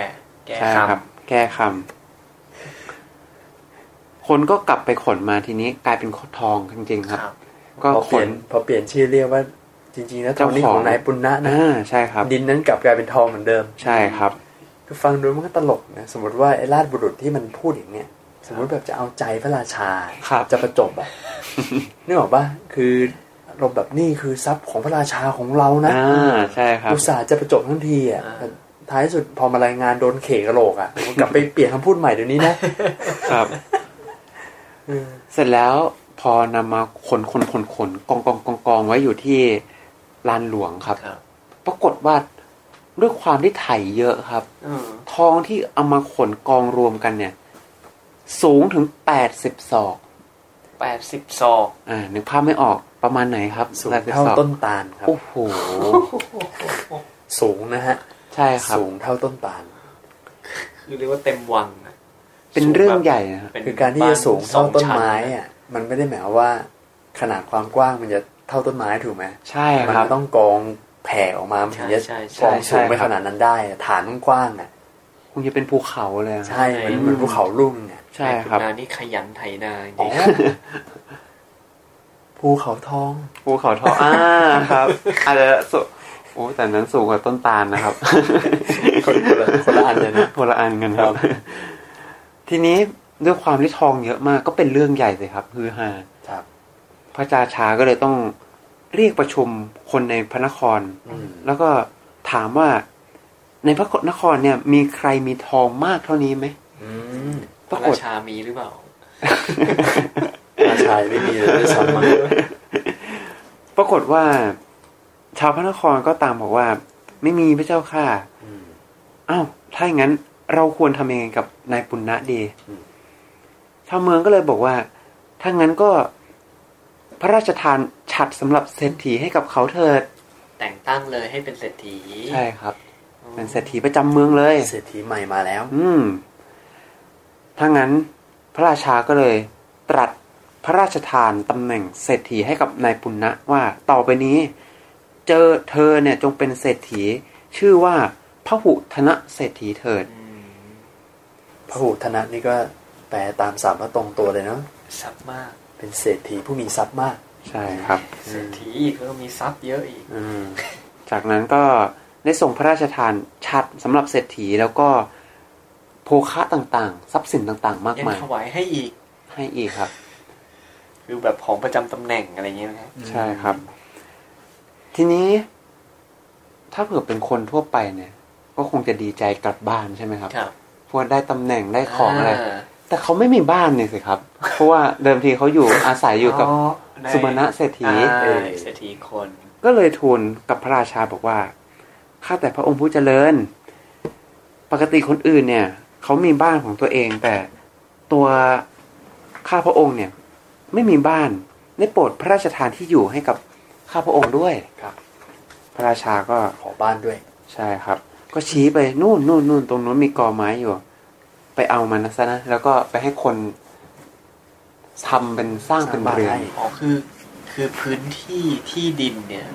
แก่
ใช่
ค
ครับ แก้คำคนก็กลับไปขนมาทีนี้กลายเป็นทองจริงๆครับ
รับ
ก็
พอเป
ข
ลี่ย
น
นพอเปลี่ยนชื่อเรียกว่าจริงๆนะท
เจ้า
องนี่
ข
ข
อ
อง งนายปุณณะนะ
อ่าใช่ครับ
ดินนั้นกลับกลายเป็นทองเหมือนเดิม
ใช่ครับ
คือฟังดูมันก็ตลกนะสมมติว่าไอ้ราชบุรุษที่มันพูดอย่างเนี้ยสมมติแบบจะเอาใจพระราชา
ครับ
จะประจบ
[LAUGHS]
อะ นึกออกปะคืออารมณ์แบบนี่คือทรัพย์ของพระราชาของเรานะ
อ่าใช่ครับ
อุตส่าห์จะประจบทั้งทีอะ
อ่า
แต่ท้ายสุดพอมารายงานโดนเขกระโหลกอะมันกลับไปเปลี่ยนคำพูดใหม่เดี๋ยวนี้นะครับ อืม
เสร็จแล้วพอนำมาขนขนขนขนกองกองกองกองไว้อยู่ที่ลานหลวงครับ
ครับ
ปรากฏว่าด้วยความที่ไถเยอะครับ
อืม
ทองที่เอามาขนกองรวมกันเนี่ย สูงถึงแปดสิบศอก
แปดสิบศอก
อ่านึกภาพไม่ออกประมาณไหนครับ
สูง
แปดสิบ
เท่า
ศอก
ต้นตาลครับ
โอ้โห
สูงนะฮะ
ใช่ครับ
สูงเท่าต้นตาล
คือเรียกว่าเต็มวังอะ
เป็นเรื่องใหญ่นะครับ
เป็
คือการที่จะสูง
บ้
เท่าต้นไม้
สงชั้น
อะมันไม่ได้หมายความว่าขนาดความกว้างมันจะเท่าต้นไม้ถูกไหม
ใช่
มั
ครับ
ต้องกองแผ่ออกมามันถึงจะ
ใช่
ก
ใช่
อง
ใช่
สูงไป
ใช่ครั
ข
บ
นาดนั้นได้อะฐานมันกว้างอ่ะ
คงจะเป็นภูเขาเลยครับ
ใช่มัน
ใช่
มันภูเขาลุ่งเนี่ย
ใช่ครับ
นายณานี่ขยันไถนาจริง
อ๋อภูเขาทอง [LAUGHS]
ภูเขา [LAUGHS] ทองอ่าครับอาจจะสูงโอ้แต่นั้นสูงกว่าต้นตาลนะครับ [LAUGHS]
คนละคนละอันเลยนะ
คนละอันกันครับ
ครับ
ทีนี้ด้วยความที่ทองเยอะมากก็เป็นเรื่องใหญ่เลยครับฮือฮา
ครับ
พระราชาก็เลยต้องเรียกประชุมคนในพระนคร
อืม
แล้วก็ถามว่าในพระนครเนี่ย มีใครมีทองมากเท่านี้ไหม
อืม
พระราชามีหรือเปล่า
ราชายไม่มีเลยด้วยซ้ำมั้ง
ปรากฏว่า ชาวพระนครก็ตามบอกว่า ไม่มีพระเจ้าค่ะ
อืม
อ้าวถ้าอย่างนั้นเราควรทำยังไงกับนายปุณณะดี
อืม
ชาวเมืองก็เลยบอกว่า ถ้างั้นก็พระราชทานฉัดสำหรับเศรษฐีให้กับเขาเถิด
แต่งตั้งเลยให้เป็นเศรษฐี
ใช่ครับ
อ๋อ
เป็นเศรษฐีประจำเมืองเลย
เศรษฐีใหม่มาแล้ว
อืม ถ้างั้นพระราชาก็เลย ตรัสพระราชทานตำแหน่งเศรษฐีให้กับนายปุณณะว่าต่อไปนี้ เจอเธอเนี่ยจงเป็นเศรษฐี ชื่อว่าพหุธนะเศรษฐีเถิด
อืม
พระหูธนะนี่ก็แปลตามสามพระตรงตัวเลยเนาะ
ทรัพย์มาก
เป็นเศรษฐีผู้มีทรัพย์มาก
ใช่ครับ
เศรษฐีอีกแล้วก็มีทรัพย์เยอะอีก
อืม
จากนั้นก็ได้ส่งพระราชทานชัดสำหรับเศรษฐีแล้วก็โภคะต่างๆ ทรัพย์สินต่างๆ มาก
ยัง
มาย
ถวายให้อีก
ให้อีกครับ
คือแบบของประจำตำแหน่งอะไรอย่างเงี้ยนะ
ใช่ครับ ทีนี้ ถ้าเผื่อเป็นคนทั่วไปเนี่ย ก็คงจะดีใจกลับบ้านใช่ไหมครับ
ครับ
เพราะวาได้ตำแหน่งได้ของอะไร
า
แต่เขาไม่มีบ้านเนี่ยสิครับ เพราะว่าเดิมทีเขาอยู่อาศัยอยู่กับ
ใน
สุมาณะเศรษฐี
อ่า
เออ
เศรษฐีคน
ก็เลยทูลกับพระราชาบอกว่า ข้าแต่พระองค์ผู้เจริญ ปกติคนอื่นเนี่ย เขามีบ้านของตัวเอง แต่ตัวข้าพระองค์เนี่ย ไม่มีบ้าน ได้โปรดพระราชทานที่อยู่ให้กับข้าพระองค์ด้วย
ครับ
พระราชาก็
ขอบ้านด้วย
ใช่ครับ ก็ชี้ไปนู่นนู่นนู่นตรงนู้นมีกอไม้อยู่ ไปเอามันนะซะนะ แล้วก็ไปให้คนทำเป็นสร้างเป็นเรือน
อ๋อคือคือพื้นที่ที่ดินเนี่ย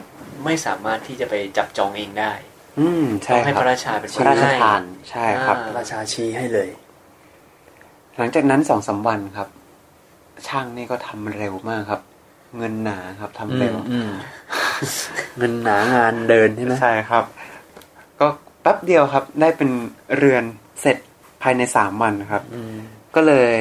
ไม่สามารถที่จะไปจับจองเองได้
อืม
ต้
ใช่
องให้
ครั
พ
บ
ระราชาเป็นค
พ
น
ระราช
ให้
ทานใช่ครับ
อ่
พระราชาชี้ให้เลย
หลังจากนั้นสองสามวันครับ ช่างนี่ก็ทำเร็วมากครับ เงินหนาครับทำเร็ว
เงินหนางานเดินใช่ไหม
ใช่ครับ ก็แป๊บเดียวครับ ได้เป็นเรือนเสร็จภายในสามวันครับ
อืม
ก็เลย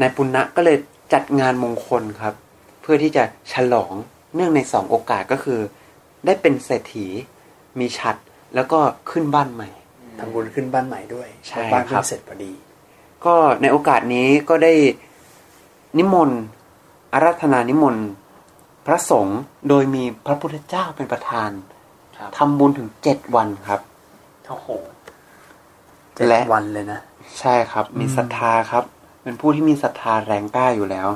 นายปุณณะก็เลยจัดงานมงคลครับ เพื่อที่จะฉลองเนื่องในสองโอกาสก็คือ ได้เป็นเศรษฐีมีฉัดแล้วก็ขึ้นบ้านใหม่
อืม
ทำบุญขึ้นบ้านใหม่ด้วย
ใช่
บ้านเพิ่
ครั
ง
บ
เสร็จพอดี
ก็ในโอกาสนี้ก็ได้นิมนต์อาราธนานิมนต์พระสงฆ์โดยมีพระพุทธเจ้าเป็นประธาน
ครับ
ทำบุญถึงเจ็ดวันครับ
โอ้โห
เจ็ด
และ
วันเลยนะ
ใช่ครับ มีศรัทธาครับ เป็นผู้ที่มีศรัทธาแรงกล้าอยู่แล้ว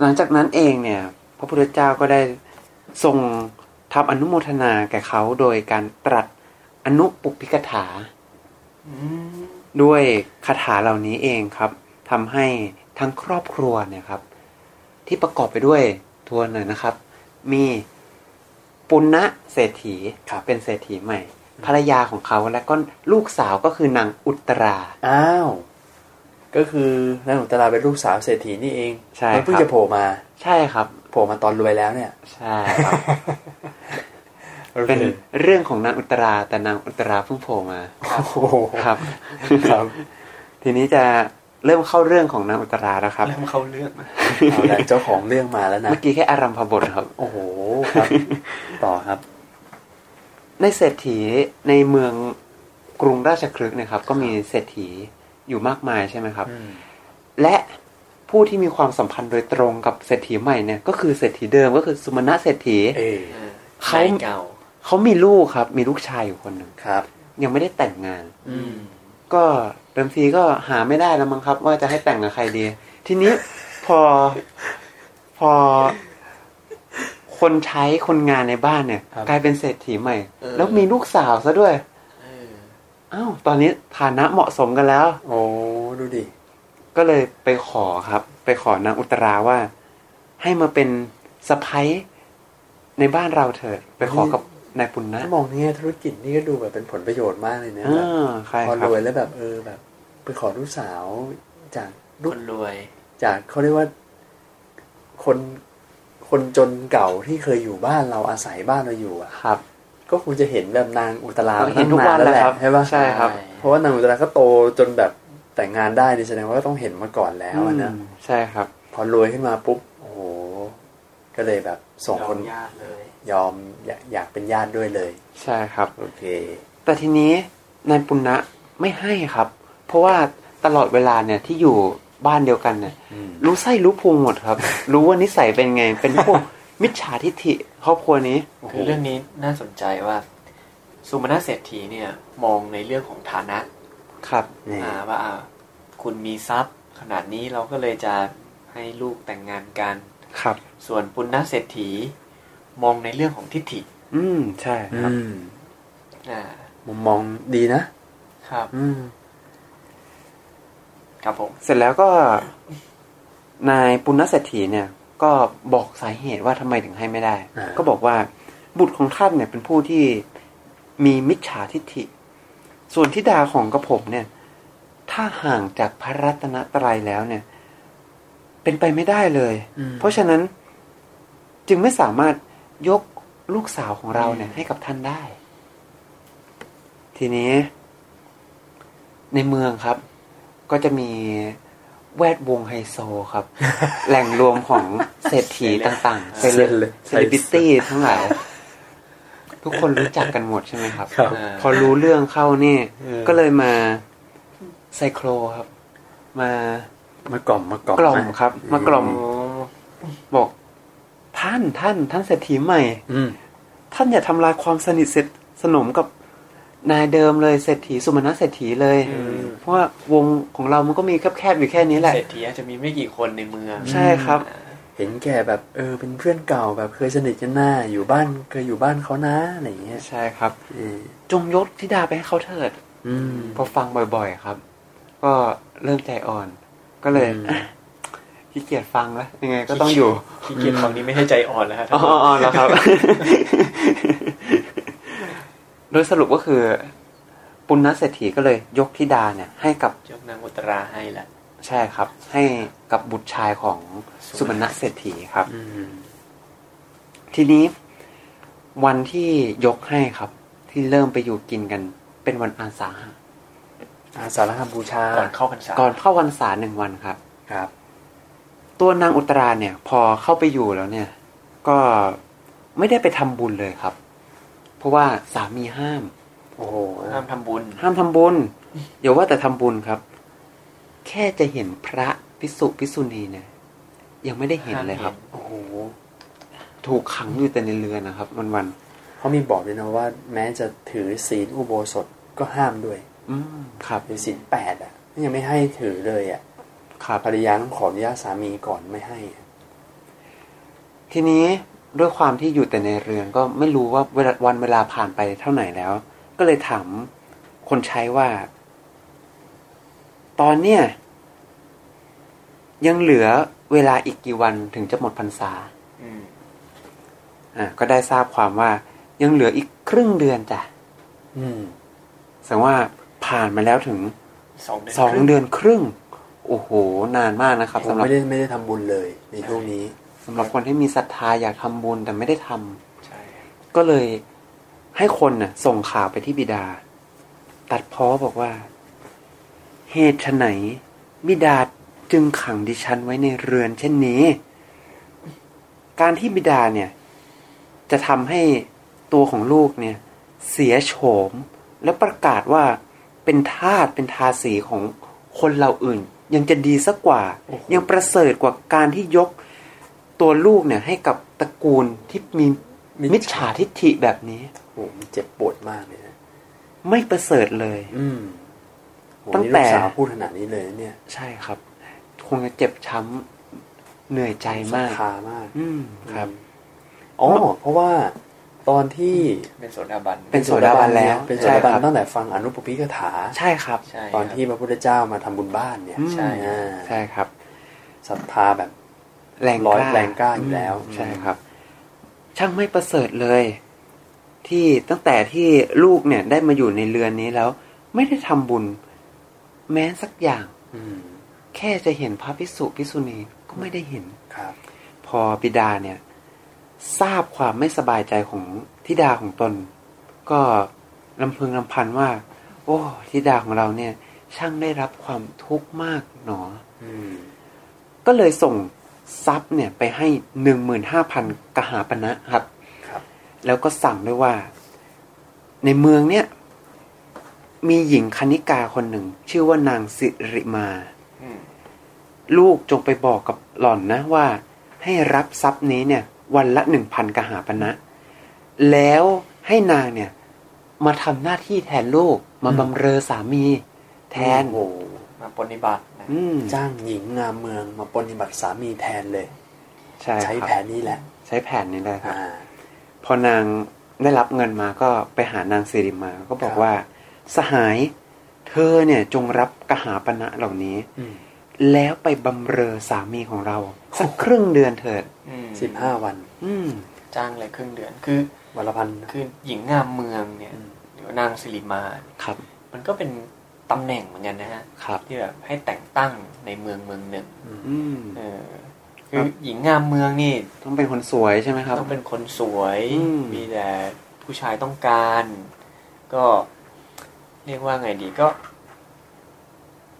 หลังจากนั้นเองเนี่ย พระพุทธเจ้าก็ได้ทรงทำอนุโมทนาแก่เขาโดยการตรัสอนุปุพพิกถา
อืม
ด้วยคาถาเหล่านี้เองครับทำให้ทั้งครอบครัวเนี่ยครับ ที่ประกอบไปด้วยทัวนหน่อยนะครับ มีปุณณะเศรษฐีครับเป็นเศรษฐีใหม่ ภรรยาของเขาและก็ลูกสาวก็คือนางอุตรา
อ้าว ก็คือนางอุตราเป็นลูกสาวเศรษฐีนี่เอง
ใช่ครับ
มันเพิ่งจะโผล่มา
ใช่ครับ
โผล่มาตอนรวยแล้วเนี่ย
ใช่ครับ
[LAUGHS]
เป็นเรื่องของนางอุตรา แต่นางอุตราเพิ่งโผล่มา
โอ้โห
ครับ
ครับ
ทีนี้จะเริ่มเข้าเรื่องของนางอุตราแล้วครับ
เริ่มเข้าเรื่อง
เอาละเจ้าของเรื่องมาแล้วนะ
เมื่อกี้แค่อารัมพบทครับ
โอ้โหครับ
[LAUGHS]
ต่อครับ
ในเศรษฐีในเมืองกรุงราชคฤห์เนะครับ ก็มีเศรษฐีอยู่มากมายใช่ไหมครับ และผู้ที่มีความสัมพันธ์โดยตรงกับเศรษฐีใหม่เนี่ยก็คือเศรษฐีเดิมก็คือสุมาณะเศรษฐี
เออ
เออ
เขา
นยเก่า
เขามีลูกครับ มีลูกชายอยู่คนหนึ่ง
ครับ
ยังไม่ได้แต่งงาน
อืม
ก็เดิมทีก็หาไม่ได้แล้วมั้งครับ ว่าจะให้แต่งกับใครดี ทีนี้พอพอ คนใช้คนงานในบ้านเนี่ย
ครับ
กลายเป็นเศรษฐีใหม่ แล้วมีลูกสาวซะด้วย
เออ
อ้าวตอนนี้ฐานะเหมาะสมกันแล้ว
โอ้ดูดิ
ก็เลยไปขอครับ ไปขอนางอุตราว่า ให้มาเป็นสะพ้ยในบ้านเราเถิด ไปขอกับนายปุณณะ
ถ้ามองในแง่ธุรกิจนี่ก็ดูแบบเป็นผลประโยชน์มากเลยนะ
อ่
แบบ
าใคร
พอ
ครั
ร
บ
วยแล้วแบบเออแบบ ไปขอลูกสาวจากลู
ค
ก
นรวย
จากเขาเรียกว่า คนคนจนเก่าที่เคยอยู่บ้านเราอาศัยบ้านเราอยู่อะ
ครับ
ก็คงจะเห็นแบบนางอุตรา
เห็นทุก
มา
วัน
ตั้งาแล้วแห
แหละครั
ละ
บ
ใช่ปะ
ใช่ครับ
เพราะว่านางอุตราก็โตจนแบบแต่งงานได้นี่แสดงว่าก็ต้องเห็นมาก่อนแล้วอะนะ
อืมใช่ครับ
พอรวยขึ้นมาปุ๊บ โอ้โห ก็เลยแบบส่งคน
ยากเลย
ยอมอยากอยากเป็นญาติด้วยเลย
ใช่ครับ
โอเค
แต่ทีนี้นายปุณณะไม่ให้ครับ เพราะว่าตลอดเวลาเนี่ยที่อยู่บ้านเดียวกันเนี่ย
อืม
รู้ไส้รู้พุงหมดครับ รู้ว่านิสัยเป็นไง เป็นพวก มิจฉาทิฐิครอบครัวนี้
โอ้โห
คือเรื่องนี้น่าสนใจว่า สุมาณะเศรษฐีเนี่ย มองในเรื่องของฐานะ
ครับ
นี่
อ่าว่าอ่าคุณมีทรัพย์ ขนาดนี้เราก็เลยจะให้ลูกแต่งงานกัน
ครับ
ส่วนปุณณะเศรษฐี มองในเรื่องของทิฏฐิ
อืมใช่
อื
ครับ
ม
อ่า
มุมมองดีนะ
ครับ
อืม
ครับผม
เสร็จแล้วก็นายปุณณเศรษฐีเนี่ย ก็บอกสาเหตุว่าทำไมถึงให้ไม่ได้
อ่า
ก็บอกว่าบุตรของท่านเนี่ยเป็นผู้ที่มีมิจฉาทิฐิ ส่วนทิดาของกระผมเนี่ย ถ้าห่างจากพระรัตนตรัยแล้วเนี่ย เป็นไปไม่ได้เลย
อืม
เพราะฉะนั้นจึงไม่สามารถยกลูกสาวของเราเนี่ย ให้กับท่านได้ ทีนี้ ในเมืองครับ ก็จะมีแวดวงไฮโซครับ แหล่งรวมของเศรษฐีต่างๆเซ
เซ
เล
เล
บบ
เลย
เซเลบริตี้ทั้งหลายทุกคนรู้จักกันหมดใช่ไหมครับ
ครับ
อ่า
พอรู้เรื่องเข้านี่
เออ
ก็เลยมาไซโครครับ มาม
ากล่อมมากล่อม
กล่อม
ไห
ครับ มากล่อม
โอ้
บอก ท่านท่าน ท่านเศรษฐีใหม่
อืม
ท่านอย่าทำลายความสนิทเสร็จสนมกับนายเดิมเลยเศรษฐีสุมาณะเศรษฐีเลย
ม
เพราะว่าวงของเรามันก็มีแคบๆอยู่แค่นี้แหละ
เศรษฐีอาจจะมีไม่กี่คนในเมือง
ใช่ครับ
อ่า
เห็นแก่แบบ เออ เป็นเพื่อนเก่าแบบเคยสนิทกันหน้า อยู่บ้านเคยอยู่บ้านเขานะอะไรอย่างเงี้ย
ใช่ครับ
เออ
จงยกธิดาไปให้เขาเถิด
อืม
พอฟังบ่อยๆครับ ก็เริ่มใจอ่อน ก็เลย
อืม
อ่ะขี้เกียจฟังแล้ว ยังไงก็ต้องอยู่
ขี้เกียจฟังนี้ไม่ใช่ใจอ่อนแล้วครับ
อ๋ออ๋อแล้วครับ [LAUGHS] โดยสรุปก็คือ ปุณณเศรษฐีก็เลยยกธิดาเนี่ย ให้กับ
ยกนางอุตราให้ละ
ใช่ครับ ให้กับบุตรชายของ
สุ
สุ
ว
ม
รรณ
ณะเศรษฐีครับ
อืม
ทีนี้วันที่ยกให้ครับ ที่เริ่มไปอยู่กินกัน เป็นวันอาสาฬหะ
อาสาฬหบูชา
ก่อนเข้าพรรษา
ก่อนเข้าวันสาหนึ่งวันครับ
ครับ
ตัวนางอุตราเนี่ย พอเข้าไปอยู่แล้วเนี่ย ก็ไม่ได้ไปทำบุญเลยครับ เพราะว่าสามีห้าม
โอ้โห
ห้ามทำบุญ
ห้ามทำบุญอย่าว่าแต่ทำบุญครับ แค่จะเห็นพระพิสุพิสุณีเนี่ยยังไม่ได้เห็นเลยครับ
โอ้โห
ถูกขังอยู่แต่ในเรือนนะครับ วันวัน
เขามีบอกด้วยนะว่า แม้จะถือศีลอุโบสถก็ห้ามด้วย
ๆอืมครับ
ถือศีลแปดอ่ะ ยังไม่ให้ถือเลยอ่ะ
ครับ
ภรรยาต้องขออนุญาตสามีก่อนไม่ให้อะ
ทีนี้ด้วยความที่อยู่แต่ในเรือนก็ไม่รู้ว่าเวลาวันเวลาผ่านไปเท่าไหร่แล้ว ก็เลยถามคนใช้ว่า ตอนเนี้ยยังเหลือเวลาอีกกี่วันถึงจะหมดพรรษา
อืม
อ่ะก็ได้ทราบความว่ายังเหลืออีกครึ่งเดือนจ้ะ
อืม
แสดงว่าผ่านมาแล้วถึง
สองเดือน
สอง
ครึ่ง
เดือนครึ่ง โอ้โห นานมากนะครับ
ผม
สำหรับ
ไม่ได้ไม่ได้ทำบุญเลยในช่วงนี้
สำหรับคนที่มีศรัทธาอยากทำบุญแต่ไม่ได้ทำ
ใช่
ก็เลยให้คนน่ะ ส่งข่าวไปที่บิดา ตัดพ้อบอกว่า เหตุไฉนบิดาจึงขังดิฉันไว้ในเรือนเช่นนี้ การที่บิดาเนี่ย จะทำให้ตัวของลูกเนี่ย เสียโฉม และประกาศว่าเป็นทาสเป็นทาสีของคนเราอื่น ยังจะดีสักกว่า
โอ้โห
ยังประเสริฐกว่าการที่ยกตัวลูกเนี่ยให้กับตระกูลที่มี มิจฉาทิฏฐิแบบนี้
ผมนเจ็บปวดมากเลยนะ
ไม่ประเสริฐเลย
อืม
ตั้
ตั้
ง
ง
แต่
แต่ลูกสาวพูดขนาดนี้เลยเนี่ย
ใช่ครับ คงจะเจ็บช้ำเหนื่อยใจมาก
ศรัทธามาก
อืมครับ
อ๋อเพราะว่าตอนที่
เป็นโสดาบัน
เป็นโสดาบันแล้ว
เป็นโส
ใช่
ดาบัน
ครับ
ตั้งแต่ฟังอนุปปิกถา
ใช่ครับ
ใช่
ตอน
ครับ
ที่พระพุทธเจ้ามาทำบุญบ้านเนี่ย
อืม
ใช่
อ่า
ใช่ครับ
ศรัทธาแบบ
แรง
ร้อก ย
ล้า
แรงกล้าอยู่แล้ว
ใช่ครับ ช่างไม่ประเสริฐเลย ที่ตั้งแต่ที่ลูกเนี่ย ได้มาอยู่ในเรือนนี้แล้ว ไม่ได้ทำบุญ แม้สักอย่าง
อืม
แค่จะเห็นพระภิกษุภิกษุณีก็ไม่ได้เห็น
ครับ
พอบิดาเนี่ย ทราบความไม่สบายใจของธิดาของตน ก็ลำพึงลำพันว่า โอ้ธิดาของเราเนี่ย ช่างได้รับความทุกข์มากหนอ
อืม
ก็เลยส่งทรัพย์เนี่ยไปให้หนึ่งหมื่นห้าพันกหาปณะครับ
ครับ
แล้วก็สั่งด้วยว่า ในเมืองเนี่ย มีหญิงคณิกาคนหนึ่ง ชื่อว่านางสิริมา
อืม
ลูกจงไปบอกกับหล่อนนะว่า ให้รับทรัพย์นี้เนี่ย วันละหนึ่งพันกหาปณะ แล้วให้นางเนี่ย มาทำหน้าที่แทนลูกมาบำเรอสามี แทน
โอ้โห
มาปฏิบัตินะ
อืม
จ้างหญิงงามเมืองมาปฏิบัติสามีแทนเลย
ใช่
ใช้
ครับ
แผนนี้แหละ
ใช้แผนนี้ได้ครับ
อ่า
พอนางได้รับเงินมาก็ไปหานางสิริมา ก็
ค
บอก
รับ
ว่า สหาย เธอเนี่ยจงรับกหาปณะเหล่านี้
อืม
แล้วไปบำเรอสามีของเรา สักครึ่งเดือนเถิด
อืม
สิบห้าวัน
อืม
จ้างเลยครึ่งเดือน คือ
วันละพัน
คือหญิงงามเมืองเนี่ย
อืม
หรือว่านางสิริมา
ครับ
มันก็เป็นตำแหน่งเหมือนกันนะฮะ
ครับ
ที่แบบให้แต่งตั้งในเมืองเมืองหนึ่ง
อืม
เออ
ค
คื
รั
อบ หญิงงามเมืองนี่
ต้องเป็นคนสวยใช่ไหมครับ
ต้องเป็นคนสวย
อืม
มีแต่ผู้ชายต้องการ ก็เรียกว่าไงดีก็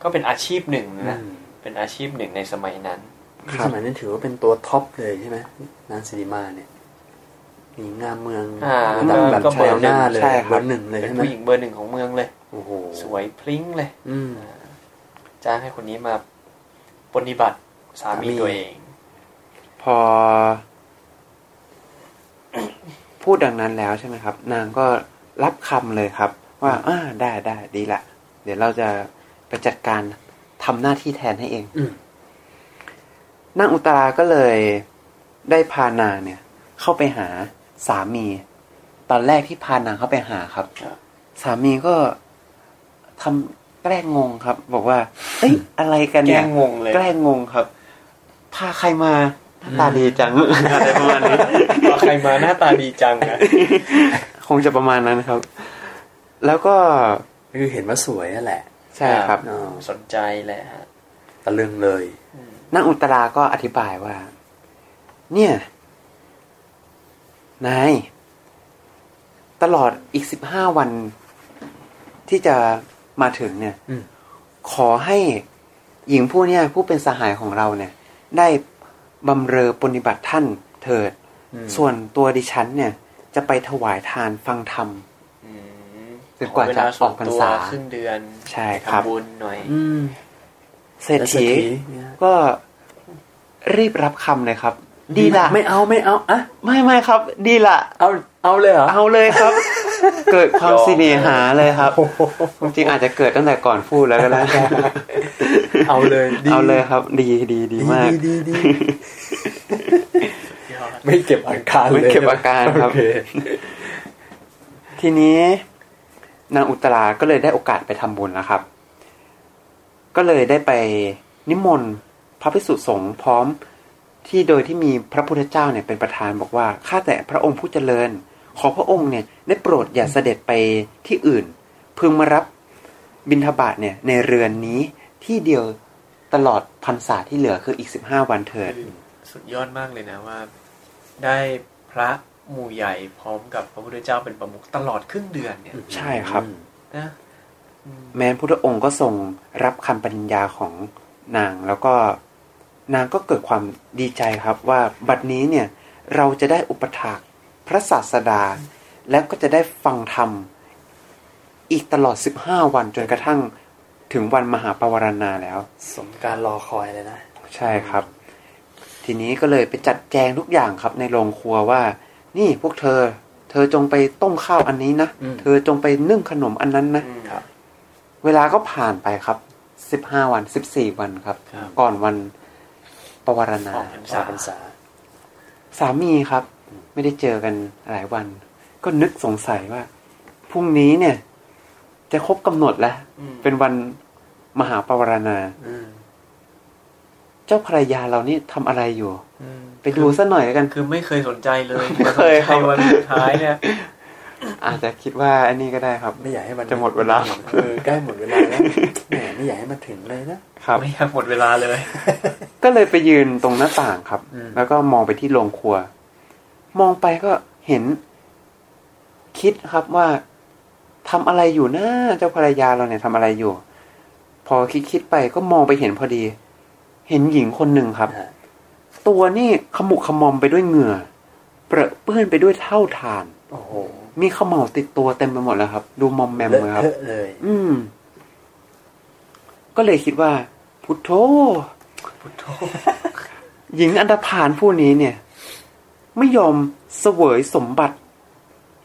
ก็เป็นอาชีพหนึ่งนะ
อืม
เป็นอาชีพหนึ่งในสมัยนั้น
ครับ
สมัยนั้นถือว่าเป็นตัวท็อปเลยใช่ไหมนางสิริมาเนี่ยหญิงงามเมือง
อ่า
ระดับแบบ
ก็เบ
แถ
อร์
วหน้าเลย
ใช่ครั
เบอ
บ
ร์หนึ่งเลย
เป็น
ใช่ไหม
ผู้หญิงเบอร์หนึ่งของเมืองเลย
โอ้โห
สวยพลิ้งเลย
อืม
จ้างให้คนนี้มาปฏิบัติสามี
สามี
ตัวเอง
พอ พูดดังนั้นแล้วใช่ไหมครับ นางก็รับคำเลยครับ ว่าอ่าได้ได้ดีละ เดี๋ยวเราจะไปจัดการทำหน้าที่แทนให้เอง
อืม
นางอุตราก็เลยได้พานางเนี่ย เข้าไปหาสามี ตอนแรกที่พานางเข้าไปหาครับ สามีก็ทำแกล้งงงครับ บอกว่า เอ้ยอะไรกัน
แกล้
เนี่ย
งงงเลย
แกล้งงงครับ พาใครมาหน้าตาดีจัง อะไรประมาณนี้
ว่าใครมาหน้าตาดีจังนะ
[LAUGHS] คงจะประมาณนั้นครับ แล้วก็
คือเห็นว่าสวยนั่นแหละ
ใช่ครับ
อ๋อ
สนใจแหละฮะ
ตะลึงเลย
นางอุตราก็อธิบายว่า เนี่ย นาย ตลอดอีกสิบห้าวัน ที่จะมาถึงเนี่ย
อืม
ขอให้หญิงผู้เนี่ย ผู้เป็นสหายของเราเนี่ย ได้บำเรอปฏิบัติท่านเถิด
อืม
ส่วนตัวดิฉันเนี่ย จะไปถวายทานฟังธรรม
อืม
จนกว่า
เว
จะ
ลา
อ
ส่
อ
วน
กพรร
ตัว
ษา
ครึ่งเดือน
ใช่ครับ
ทำบุญหน่อย
อืม
เศรษ
และเศรษ
ฐี
ฐีเนี่ย
ก็รีบรับคำเลยครับ ดีละ
ไม่เอาไม่เอาอะ
ไม่ไม่ครับ ดีละ
เอาเอาเลยเหรอ
เอาเลย [LAUGHS] ครับ เกิดความ
ยอม
เสิเนหาเลยครับความจริงอาจจะเกิดตั้งแต่ก่อนพูดแล้วก็ได้
[LAUGHS] เอาเลยดี
เอาเลยครับ ดีดีดี
ดี
มาก
ดีดี
[LAUGHS]
ดี
ยอด
ไม่เก็บอาการเลย
ไม่เก็บอาการครับ
โอเค
ทีนี้นางอุตราก็เลยได้โอกาสไปทำบุญนะครับ ก็เลยได้ไปนิมนต์พระภิกษุสงฆ์พร้อมที่โดยที่มีพระพุทธเจ้าเนี่ยเป็นประธานบอกว่าข้าแต่พระองค์ผู้เจริญ ขอพระองค์เนี่ยได้โปรดอย่าเสด็จไปที่อื่น พึงมารับบิณฑบาตเนี่ยในเรือนนี้ที่เดียวตลอดพรรษาที่เหลือคืออีกสิบห้าวันเถิด
คือสุดยอดมากเลยนะว่า ได้พระหมู่ใหญ่พร้อมกับพระพุทธเจ้าเป็นประมุขตลอดครึ่งเดือนเนี่ย
ใช่ครับ
นะอืม
แม้พุทธองค์ก็ทรงรับคำปริญญาของนางแล้วก็นางก็เกิดความดีใจครับว่าบัดนี้เนี่ยเราจะได้อุปถากพระศาสดา แล้วก็จะได้ฟังธรรม อีกตลอด 15 วันจนกระทั่งถึงวันมหาปวารณาแล้ว
สมการรอคอยเลยนะ
ใช่ครับ ทีนี้ก็เลยไปจัดแจงทุกอย่างครับ ในโรงครัวว่า นี่พวกเธอ เธอจงไปต้มข้าวอันนี้นะ
อืม
เธอจงไปนึ่งขนมอันนั้นนะ
อืมครับ
เวลาก็ผ่านไปครับ สิบห้าวัน สิบสี่วันครับ
ครับ
ก่อนวันประวารณา
ออกพรร
สา
ษา
มพรรษา
สามีครับ ไม่ได้เจอกันหลายวัน ก็นึกสงสัยว่า พรุ่งนี้เนี่ย จะครบกำหนดแล้ว
อืม
เป็นวันมหาปวารณา
อืม
เจ้าภรรยาเรานี่ทำอะไรอยู่
อืม
ไปดูซะหน่อยแล้วกัน
คือไม่เคยสนใจเลย
ไม่เคยครับ
สนใจวันสุดท้ายเนี่ย
อาจจะคิดว่าอันนี้ก็ได้ครับ
ไม่อยากให้มัน
จะหมดเวลา
เออใกล้หมดเวลา
[LAUGHS]
แล้วแหมไม่อยากให้มันถึงเลยนะ
ครับ
ไม่อยากหมดเวลาเลย
ก็เลยไปยืนตรงหน้าต่างครับ
อืม
แล้วก็มองไปที่โรงครัว มองไปก็เห็น คิดครับว่าทำอะไรอยู่นะเจ้าภรรยาเราเนี่ยทำอะไรอยู่ พอคิดคิดๆไปก็มองไปเห็นพอดี เห็นหญิงคนหนึ่งครับ
ฮะ
ตัวนี่ขมุกขมอมไปด้วยเหงื่อเปรอะเปื้อนไปด้วยเท่าฐาน
โอ้โห
มีขมเหลาติดตัวเต็มไปหมดแล้วครับ ดูมอมแมม
เลอะ
เลยครับ
เทอะเลย
อืม ก็เลยคิดว่า พุทโธ
พุทโธ
หญิงอันธพาลผู้นี้เนี่ย ไม่ยอมเสวยสมบัติ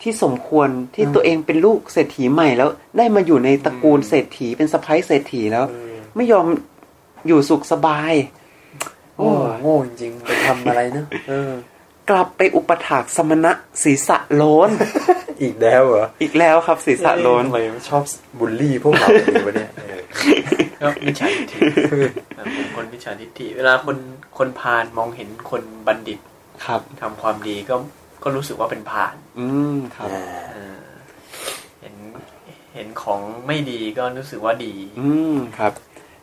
ที่สมควรที่ตัวเองเป็นลูกเศรษฐีใหม่แล้ว ได้มาอยู่ในตระกูลเศรษฐีเป็นสะพ้ายเศรษฐีแล้ว
เออ
ไม่ยอมอยู่สุขสบาย
โอ้โง่จริงๆไปทำอะไรนะเออก
ลับไปอุปถากสมณะศีรษะโล้น
อีกแล้วเหรอ
อีกแล้วครับ ศีรษะโล้น
ทำไมชอบบูลลี่พวกเราอยู่วะเนี่ยเออ
ก็มิจฉาทิฏฐิแบบเป็นคนมิจฉาทิฏฐิ เวลาคนคนพาลมองเห็นคนบัณฑิต
ครับ
ทำความดีก็ก็รู้สึกว่าเป็นพาล
อืมครับ
เออเห็นเห็นของไม่ดีก็รู้สึกว่าดี
อืมครับ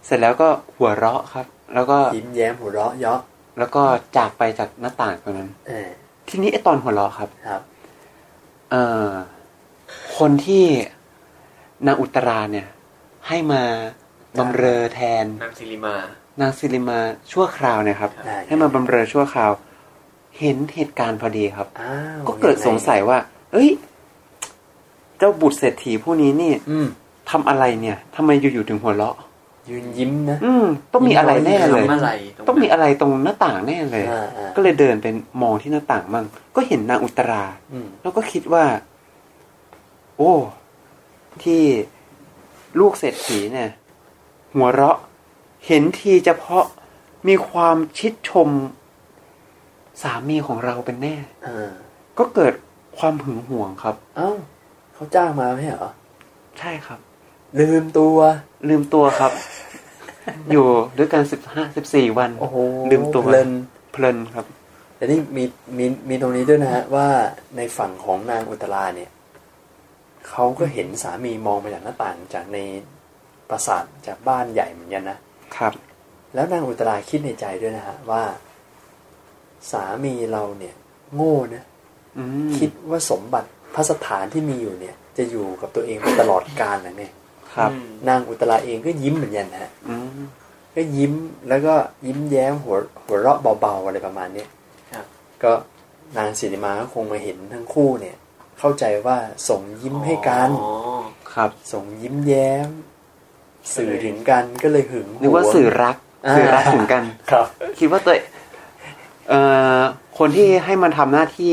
เสร็จแล้วก็หัวเราะครับ แล้วก็
ยิ้มแย้มหัวเราะเยาะ
แล้วก็จากไปจากหน้าต่างตรงนั้น
เออ
ทีนี้ไอตอนหัวเราะครับ
ครับ
เอ่อคนที่นางอุตราเนี่ย ให้มาบำเรอแทน
นางสิริมา
นางสิริมาชั่วคราวเนี่ยครับ
ครับ
ได้
ให้มาบำเรอชั่วคราว เห็นเหตุการณ์พอดีครับ
อ้าว
ก็เกิดสงสัยว่า เอ้ย เจ้าบุตรเศรษฐีผู้นี้นี่
อืม
ทำอะไรเนี่ยทำไมอยู่ๆถึงหัวเราะ
ยืนยิ้มนะ
อืม ต้องมีอะไรแน่เลย
ทำอะไรรนั้น
ต้องมีอะไรตรงหน้าต่างแน่เลย
อ่าอ่า
ก็เลยเดินไปมองที่หน้าต่างมั่งก็เห็นนางอุตรา
อืม
แล้วก็คิดว่า โอ้ ที่ลูกเศรษฐีเนี่ย หัวเราะ เห็นทีจะเพาะมีความชิดชมสามีของเราเป็นแน่
เออ
ก็เกิดความหึงหวงครับ
เอ้าเขาจ้างมาไม่ใช่เหรอ
ใช่ครับ
ลืมตัว
ลืมตัวครับ อยู่ด้วยกันสิบห้าสิบสี่วัน
โอ้โห
ลืมตัว
เพลิน
เพลินครับ
แต่นี่มีมีมีตรงนี้ด้วยนะฮะว่าในฝั่งของนางอุตราเนี่ย เขาก็เห็นสามีมองมาจากหน้าต่างจากในปราสาทจากบ้านใหญ่เหมือนกันนะ
ครับ
แล้วนางอุตราคิดในใจด้วยนะฮะว่า สามีเราเนี่ย โง่นะ
อืม
คิดว่าสมบัติพระสถานที่มีอยู่เนี่ย จะอยู่กับตัวเองไปตลอดกาลนะเนี่ย
ครับ
อืม
นางอุตราเองก็ยิ้มเหมือนกันนะฮะ
อืม
ก็ยิ้มแล้วก็ยิ้มแย้มหัวหัวเราะเบาๆอะไรประมาณเนี้ย
ครับ
ก็นางสิริมาก็คงมาเห็นทั้งคู่เนี่ย เข้าใจว่าส่งยิ้มให้กัน
อ๋อ
ครับ
ส่งยิ้มแย้ม สื่อถึงกันก็เลยหึงหวง
นึกว่าสื่อรัก
อ่า
สื่อรักถึงกัน
ครับ
คิดว่าตัวเองเอ่อคนที่ให้มันทำหน้าที่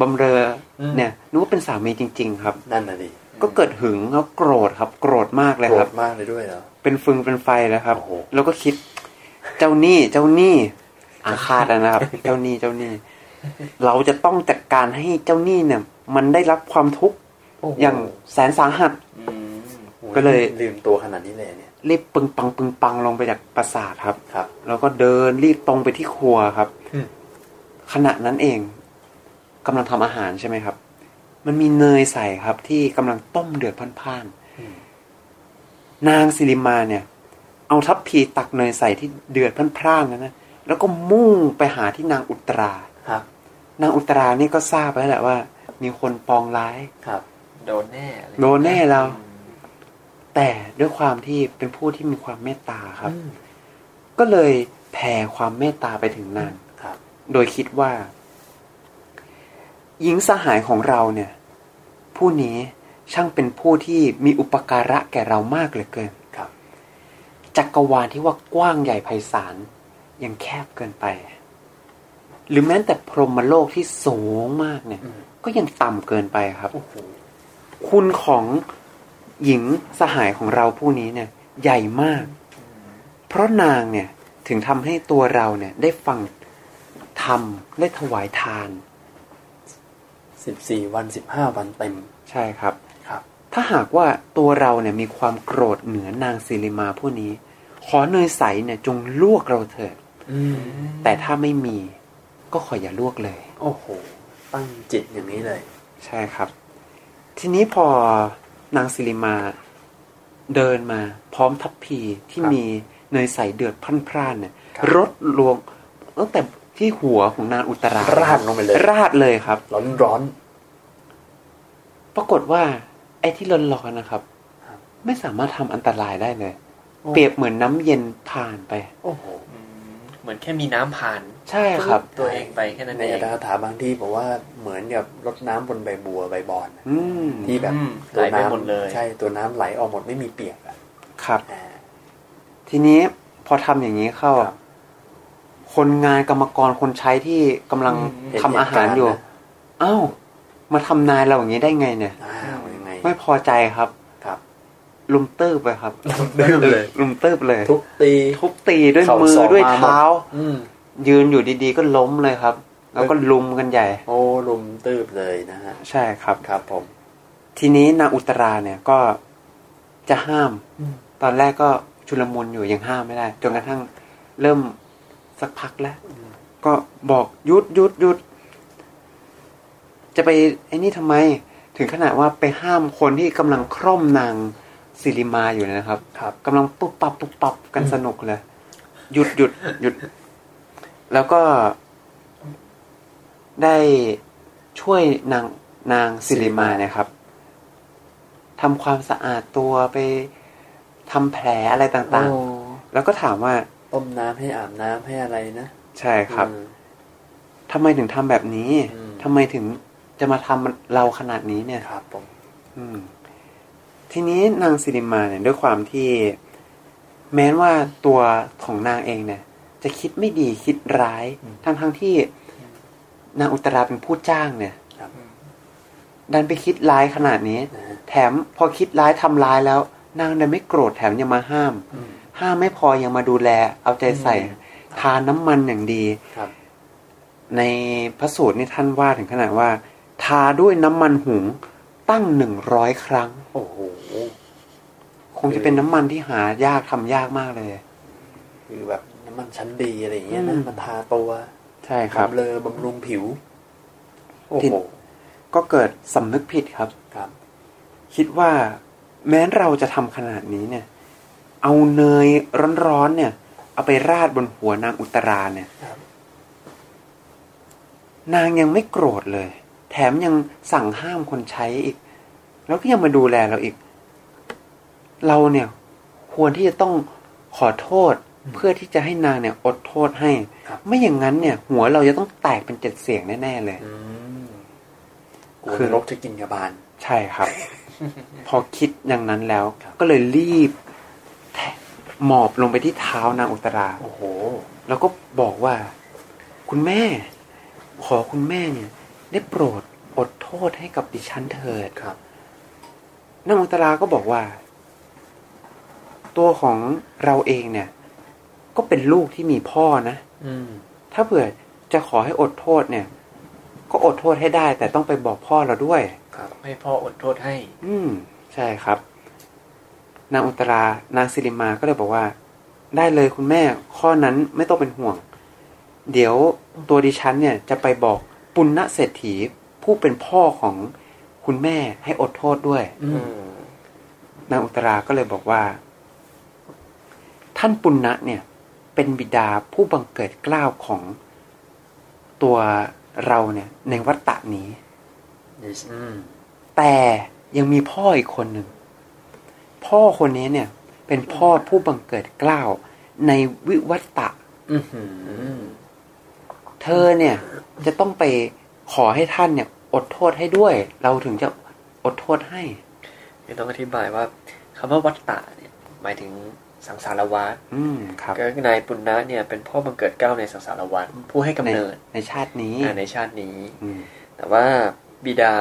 บำเรออ
ม
เนี่ยนึกว่าเป็นสามีจริง ๆ ครับ
นั่นน่ะดิ
ก็เกิดหึงแล้วโกรธครับ โกรธมากเลย
โกร
ครับ
ธมากเลยด้วยเนาะ
เป็นฟืนเป็นไฟแล้วครับ
โอ้โห
แล้วก็คิด เจ้าหนี้เจ้าหนี้อาฆาตแล้วนะครับ
[LAUGHS]
เจ้าหนี้เจ้าหนี้ เราจะต้องจัดการให้เจ้าหนี้เนี่ย มันได้รับความทุกข์
โโห
อย่างแสนสาหัส
อืม
โอ้โห
ก็เลย
ลืมตัวขนาดนี้เลยเนี่ย
รีบปึงปังปึงปังลงไปจากปราสาทครับ
ครับ
แล้วก็เดินรีบตรงไปที่ครัวครับ
อืม
ขณะนั้นเองกำลังทำอาหารใช่ไหมครับ มันมีเนยใส่ครับ ที่กำลังต้มเดือดพล่านๆนางสิริมาเนี่ย เอาทัพพีตักเนยใส่ที่เดือดพล่านๆนั้นนะแล้วก็มุ่งไปหาที่นางอุตรา
ครับ
นางอุตรานี่ก็ทราบแล้วแหละว่า มีคนปองร้าย
ครับ
โดนแน่อะไร
โดนแน่เรา
อืม
แต่ด้วยความที่เป็นผู้ที่มีความเมตตาครับ
อืม
ก็เลยแผ่ความเมตตาไปถึงนาง
ครับ
โดยคิดว่า หญิงสหายของเราเนี่ย ผู้นี้ช่างเป็นผู้ที่มีอุปการะแก่เรามากเหลือเกิน
ครับ
จักกรวาลที่ว่ากว้างใหญ่ไพศาลยังแคบเกินไป หรือแม้แต่พรหมโลกที่สูงมากเนี่ย
อืม
ก็ยังต่ำเกินไปครับ
โอ้โห
คุณของหญิงสหายของเราผู้นี้เนี่ย ใหญ่มาก เพราะนางเนี่ยถึงทำให้ตัวเราเนี่ยได้ฟังธรรมได้ถวายทาน
สิบสี่วันสิบห้าวันเต็ม
ใช่ครับ
ครับ
ถ้าหากว่าตัวเราเนี่ยมีความโกรธเหนือนางสิริมาผู้นี้ ขอเนยใสเนี่ยจงลวกเราเถิด
อืม
แต่ถ้าไม่มีก็ขออย่าลวกเลย
โอ้โห ตั้งจิตอย่างนี้เลย
ใช่ครับ ทีนี้พอนางสิริมาเดินมา พร้อมทัพพีที่
ครับ
มีเนยใสเดือดพรั่นพร่านเนี่ย
ครับ
รดลวงตั้งแต่ที่หัวของนางอุตรา
ราดลงไปเลย
ราดเลยครับ
ร้อนร้อน
ปรากฏว่าไอ้ที่ร้อนๆนะครับ
ครับ
ไม่สามารถทำอันตรายได้เลย
โอ้
เปรียบเหมือนน้ำเย็นผ่านไป
โอ้โห
อืมเหมือนแค่มีน้ำผ่าน
ใช่ครับ
ตัวเองไปแค่นั้น
ใน
เอง
อัตถกถาบางที่บอกว่าเหมือนกับรดน้ำบนใบบัวใบบอน
อืม
ที่แบบ
อืมไหลไปหมดเลย
ใช่ตัวน้ำไหลออกหมดไม่มีเปียกอ่ะ
ครับ
อ่า
ทีนี้พอทำอย่างนี้เข้า
ครับ
คนงานกรรมกรคนใช้ที่กำลัง
เห็น
ทำอาหา
เหตุ
ร
การณ์
อยู่
นะ
อ้าวมาทำนายเราอย่างนี้ได้ไงเนี่ย
อ้าวยังไง
ไม่พอใจครับ
ครับ
ลุมเติบไปครับ
เดิมเลย
ลุมเติบเลย
ทุบตี
ทุบตีด้วย
เข่า
มือ
ศอก
ด้วย
มาหมด
เท้า
อืม
ยืนอยู่ดีๆ ก็ล้มเลยครับ แล้วก็ลุมกันใหญ่
โอ้ลุมตืบเลยนะฮะ
ใช่ครับ
ครับผม
ทีนี้นางอุตราเนี่ยก็จะห้าม
อืม
ตอนแรกก็ชุลมุนอยู่ยังห้ามไม่ได้ จนกระทั่งเริ่มสักพักแล้ว ก็บอกหยุดหยุดหยุด จะไปไอ้นี่ทำไม ถึงขนาดว่าไปห้ามคนที่กำลังคร่อมนางสิริมาอยู่เนี่ยนะครับ
ครับ
กำลังปุ๊บปับปุ๊บปับกันสนุกเลย หยุดหยุดหยุด แล้วก็ได้ช่วยนางนางสิริมาเนี่ยครับทำความสะอาดตัวไปทำแผลอะไรต่าง
โอ้
ๆ แล้วก็ถามว่า
ต้มน้ำให้อาบน้ำให้อะไรนะ
ใช่ครับ
อืม
ทำไมถึงทำแบบนี้
อืม
ทำไมถึงจะมาทำเราขนาดนี้เนี่ย
ครับผม
อืม ทีนี้นางสิริมาเนี่ยด้วยความที่ แม้ว่าตัวของนางเองเนี่ย จะคิดไม่ดีคิดร้ายทั้งทั้งๆที่ นางอุตราเป็นผู้จ้างเนี่ย
ครับ
ดันไปคิดร้ายขนาดนี้
นะฮะ
แถมพอคิดร้ายทำร้ายแล้ว นางดันไม่โกรธแถมยังมาห้าม
อืม
ห้ามไม่พอยังมาดูแล เอาใจใส่ ทานน้ำมันอย่างดี
ครับ
ในพระสูตรนี่ท่านว่าถึงขนาดว่า ทาด้วยน้ำมันหุงตั้งหนึ่งร้อยครั้ง
โอ้โห
คงจะเป็นน้ำมันที่หายากทำยากมากเลย
คือแบบน้ำมันชั้นดีอะไรอย่างเงี้ยนะ
อืม
มันทาตัว
ใช่ครับ
บำเลอบำรุงผิว โอ้
ที่
โห
ก็เกิดสำนึกผิดครับ
ครับ
คิดว่าแม้เราจะทำขนาดนี้เนี่ย เอาเนยร้อนๆเนี่ย เอาไปราดบนหัวนางอุตราเนี่ย
ครับ
นางยังไม่โกรธเลย แถมยังสั่งห้ามคนใช้อีก แล้วก็ยังมาดูแลเราอีก เราเนี่ย ควรที่จะต้องขอโทษ เพื่อที่จะให้นางเนี่ย อดโทษให้
ครับ
ไม่อย่างนั้นเนี่ย หัวเราจะต้องแตกเป็นเจ็ดเสียงแน่ๆเลย
อืมกลัวน
คือ
รกจะกินกระบาล
ใช่ครับ พอคิดอย่างนั้นแล้ว ก็เลยรีบแทะหมอบลงไปที่เท้านางอุตรา
โอ้โห
แล้วก็บอกว่า คุณแม่ ขอคุณแม่เนี่ย ได้โปรดอดโทษให้กับดิฉันเถิด
ครับ
นางอุตราก็บอกว่า ตัวของเราเองเนี่ย ก็เป็นลูกที่มีพ่อนะ
อืม
ถ้าเผื่อจะขอให้อดโทษเนี่ย ก็อดโทษให้ได้ แต่ต้องไปบอกพ่อเราด้วย
ครับ
ให้พ่ออดโทษให้
อืม ใช่ครับ นางอุตรานางสิริมาก็เลยบอกว่า ได้เลยคุณแม่ข้อนั้นไม่ต้องเป็นห่วง เดี๋ยวตัวดิฉันเนี่ยจะไปบอกปุณณเศรษฐีผู้เป็นพ่อของคุณแม่ให้อดโทษด้วย
อื
อื
ม
ม
นางอุตราก็เลยบอกว่า ท่านปุณณะเนี่ย เป็นบิดาผู้บังเกิดเกล้าวของตัวเราเนี่ย ในวัฏฏะนี้
Yes อืม
แต่ยังมีพ่ออีกคนหนึ่ง พ่อคนนี้เนี่ย เป็นพ่อผู้บังเกิดเกล้าวในวิวัตตะ
อือหือ
เธอเนี่ยจะต้องไปขอให้ท่านเนี่ย อดโทษให้ด้วย เราถึงจะอดโทษให้
เดี๋ยวต้องอธิบายว่าคำว่าวัตตะเนี่ยหมายถึงสังสารวัฏ
อืมครับ
ก็นายปุณณะเนี่ยเป็นพ่อบังเกิดเกล้าในสังสารวัฏผู้ให้กำ
ใน
เนิด
ในชาตินี้
อ่าในชาตินี้
อืม
แต่ว่าบิดา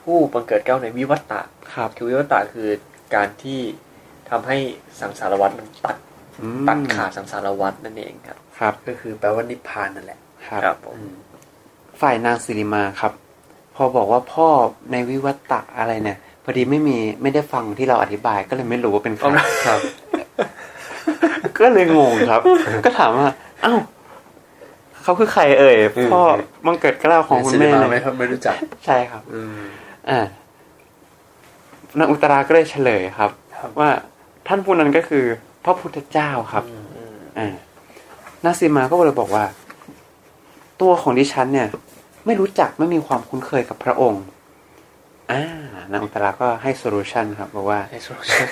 ผู้บังเกิดเกล้าในวิวัตตะ
ครับ
คือวิวัตตะคือการที่ทำให้สังสารวัฏมันตัด
อืม
ตัดขาดสังสารวัฏนั่นเองครับ
ครับ
ก็คือแปลว่านิพพานนั่นแหละ
ครับ
ครับผม
อืม
ฝ่ายนางสิริมาครับ พอบอกว่าพ่อในวิวัตตะอะไรเนี่ย พอดีไม่มีไม่ได้ฟังที่เราอธิบายก็เลยไม่รู้ว่าเป็นใคร
ครับ
ก็เลยงง
[LAUGHS]
ครับ ก็ถามว่า เอ้าเขาคือใครเอ่ยพ่อมังเกิดเกล้าวของคุณแม่
ศิลปะ
เล
ไม่
ย
ครับไม่รู้จัก
ใช่ครับ
อืม
อ่านางอุตราก็เลยเฉลยครับ
ครับ
ว่าท่านผู้นั้นก็คือพระพุทธเจ้าครับ
อืม
อืม
อ่านาซีมาก็เลยบอกว่า ตัวของดิฉันเนี่ย ไม่รู้จักไม่มีความคุ้นเคยกับพระองค์ อ่านางอุตราก็ให้โซลูชันครับ บอกว่า
ในส่วนของ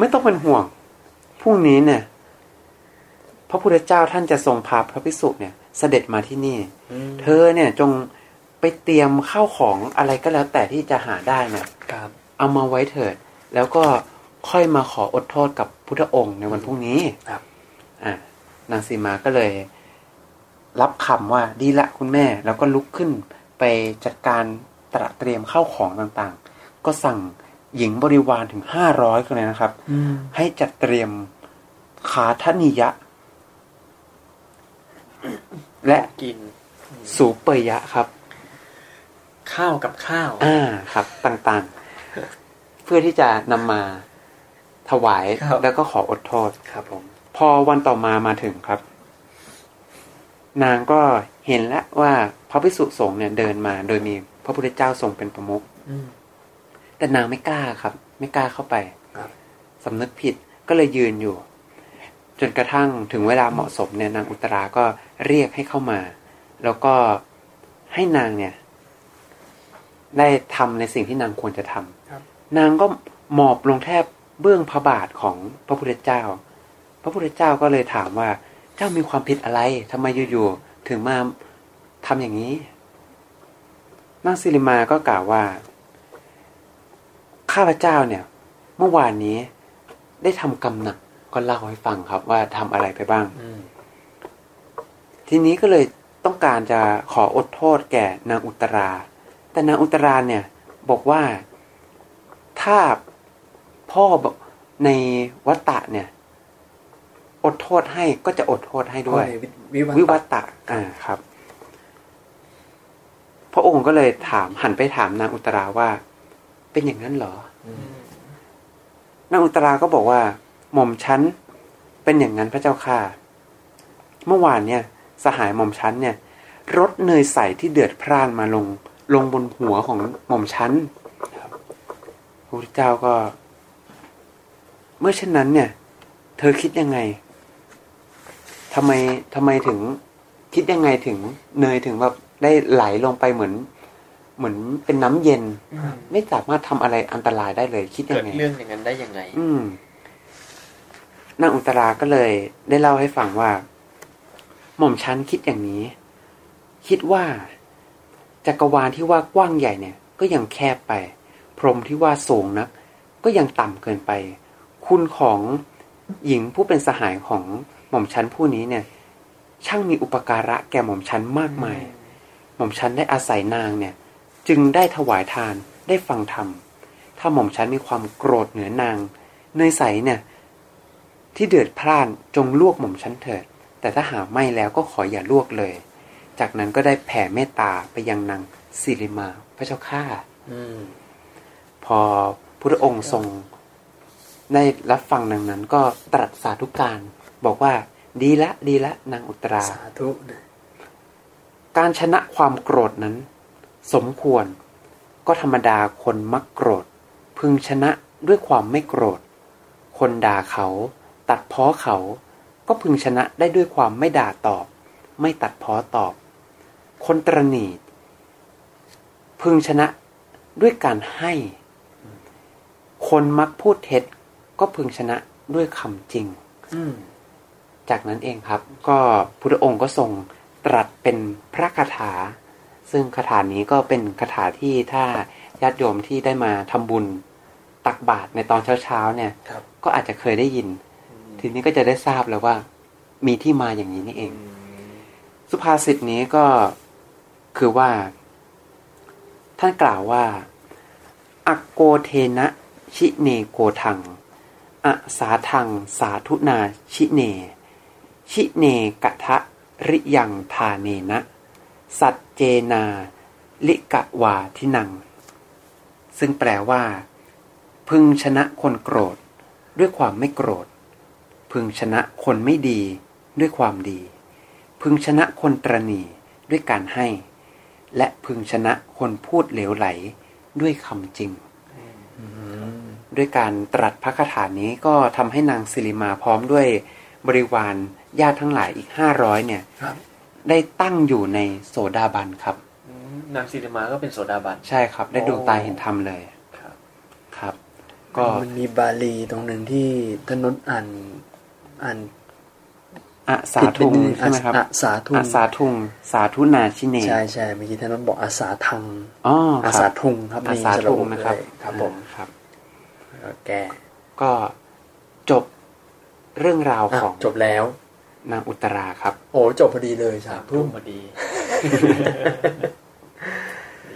ไม่ต้องเป็นห่วงพรุ่งนี้เนี่ย พระพุทธเจ้าท่านจะทรงพาพระภิกษุเนี่ย เสด็จมาที่นี่ เธอเนี่ยจงไปเตรียมข้าวของอะไรก็แล้วแต่ที่จะหาได้เนี่ย
ครับ
เอามาไว้เถิด แล้วก็ค่อยมาขออดโทษกับพุทธองค์ในวันพรุ่งนี้
ครับ
อ่านางสีมาก็เลย รับคำว่าดีละคุณแม่ แล้วก็ลุกขึ้นไปจัดการตระเตรียมข้าวของต่างๆ ก็สั่งหญิงบริวารถึงห้าร้อยคนเลยนะครับ
อืม
ให้จัดเตรียมขาทนิยะ และ
กิน
สูเปยะครับ
ข้าวกับข้าว
อ่าครับต่างๆ เพื่อที่จะนำมาถวาย
ครับ
แล้วก็ขออดโทษ
ครับผม
พอวันต่อมามาถึงครับ นางก็เห็นแล้วว่าพระภิกษุสงฆ์เนี่ยเดินมา โดยมีพระพุทธเจ้าทรงเป็นประมุข
อืม
แต่นางไม่กล้าครับ ไม่กล้าเข้าไป
ครับ
สำนึกผิดก็เลยยืนอยู่ จนกระทั่งถึงเวลาเหมาะสมเนี่ยนางอุตราก็เรียกให้เข้ามา แล้วก็ให้นางเนี่ย ได้ทำในสิ่งที่นางควรจะทำ
ครับ
นางก็หมอบลงแทบเบื้องพระบาทของพระพุทธเจ้า พระพุทธเจ้าก็เลยถามว่า เจ้ามีความผิดอะไรทำไมอยู่ๆถึงมาทำอย่างนี้นางสิริมาก็กล่าวว่า ข้าพเจ้าเนี่ย เมื่อวานนี้ ได้ทำกรรมหนักก็เล่าให้ฟังครับว่าทำอะไรไปบ้าง
อืม
ทีนี้ก็เลยต้องการจะขออดโทษแก่นางอุตรา แต่นางอุตราเนี่ย บอกว่าถ้าพ่อในวัตตะเนี่ย อดโทษให้ก็จะอดโทษให้ด้วย
วิวัฒน์
วิวัตตะอ่าครับ พระองค์ก็เลยถามหันไปถามนางอุตราว่า เป็นอย่างนั้นเหรอ
อืม
นางอุตราก็บอกว่า หม่อมชั้นเป็นอย่างนั้นพระเจ้าค่ะ เมื่อวานเนี่ย สหายหม่อมชั้นเนี่ย รถเนยใสที่เดือดพร่านมาลง ลงบนหัวของหม่อมชั้นพระพุทธเจ้าก็ เมื่อเช่นนั้นเนี่ย เธอคิดยังไงทำไมทำไมถึง คิดยังไงถึง เนยถึงแบบได้ไหลลงไปเหมือน เหมือนเป็นน้ำเย็น
อืม
ไม่สามารถทำอะไรอันตรายได้เลย คิดยั
เกิด
งไง
เรื่องอย่างนั้นได้ยังไง
อืมนางอุตราก็เลยได้เล่าให้ฟังว่า หม่อมชั้นคิดอย่างนี้ คิดว่าจักรวาลที่ว่ากว้างใหญ่เนี่ย ก็ยังแคบไป พรหมที่ว่าสูงนะก็ยังต่ำเกินไป คุณของหญิงผู้เป็นสหายของหม่อมชั้นผู้นี้เนี่ย ช่างมีอุปการะแก่หม่อมชั้นมากมาย หม่อมชั้นได้อาศัยนางเนี่ย จึงได้ถวายทานได้ฟังธรรม ถ้าหม่อมชั้นมีความโกรธเหนือนาง เนยใสเนี่ย ที่เดือดพล่านจงลวกหม่อมชั้นเถิด แต่ถ้าหากไม่แล้วก็ขออย่าลวกเลย จากนั้นก็ได้แผ่เมตตาไปยังนางสิริมาพระเจ้าข้า
อืม
พอพุทธองค์ทรงได้รับฟังดังนั้นก็ตรัสสาธุการ บอกว่าดีละดีละนางอุตรา
สาธุนะ
การชนะความโกรธนั้น สมควรก็ธรรมดาคนมักโกรธ พึงชนะด้วยความไม่โกรธ คนด่าเขา ตัดเพ้อเขา ก็พึงชนะได้ด้วยความไม่ด่าตอบ ไม่ตัดเพ้อตอบ คนตรณีตพึงชนะด้วยการให้ คนมักพูดเท็จ ก็พึงชนะด้วยคำจริง
อืม
จากนั้นเองครับ ก็พุทธองค์ก็ทรงตรัสเป็นพระคาถา ซึ่งคาถานี้ก็เป็นคาถาที่ถ้าญาติโยมที่ได้มาทำบุญตักบาตรในตอนเช้าๆเนี่ย
ครับ
ก็อาจจะเคยได้ยิน ทีนี้ก็จะได้ทราบแล้วว่า มีที่มาอย่างนี้นี่เอง สุภาษิตนี้ก็คือว่า ท่านกล่าวว่า อักโกเทนะชิเนโกทังอะสาทังสาธุนาชิเน ชิเนกะทะริยังทาเนนะ สัจเจนา ลิกะวาทินัง ซึ่งแปลว่า พึงชนะคนโกรธ ด้วยความไม่โกรธ พึงชนะคนไม่ดี ด้วยความดี พึงชนะคนตรณีด้วยการให้ และพึงชนะคนพูดเหลวไหลด้วยคำจริง ด้วยการตรัสพระคาถานี้ก็ทำให้นางสิริมาพร้อมด้วยบริวารญาติทั้งหลายอีกห้าร้อยเนี่ย
ครับ
ได้ตั้งอยู่ในโสดาบันครับ
อืมนางซีริมาก็เป็นโสดาบัน
ใช่ครับ ได้ดวงตาเห็นธรรมเลย
ครับ
ครับ ก็
มันมีบาลีตรงหนึ่งที่ท่านนนท์อ่าน อ่าน
อาสา
ผิดไป
ทุง
นิดนึง
ใช่ไหมครับ
อะสาทุง
อาสาทุง สาธุนาชิเน
ใช่ใช่เมื่อกี้ท่านนนท์บอกอาสาทัง
อ๋อ
อา
ค
สา
รับ
ทุงครับ
อา
มี
สา
สระ
ทุ
อุ
งนะครับ
เลยครับผม
อ่าครับ
แล้วแก
ก็จบเรื่องราว
อ่ะ
ของ
จบแล้ว
นางอุตราครับ
โอ้จบพอดีเลยสา
สาม
ม
ทุ่
ทุ่
ม
ม
พอดี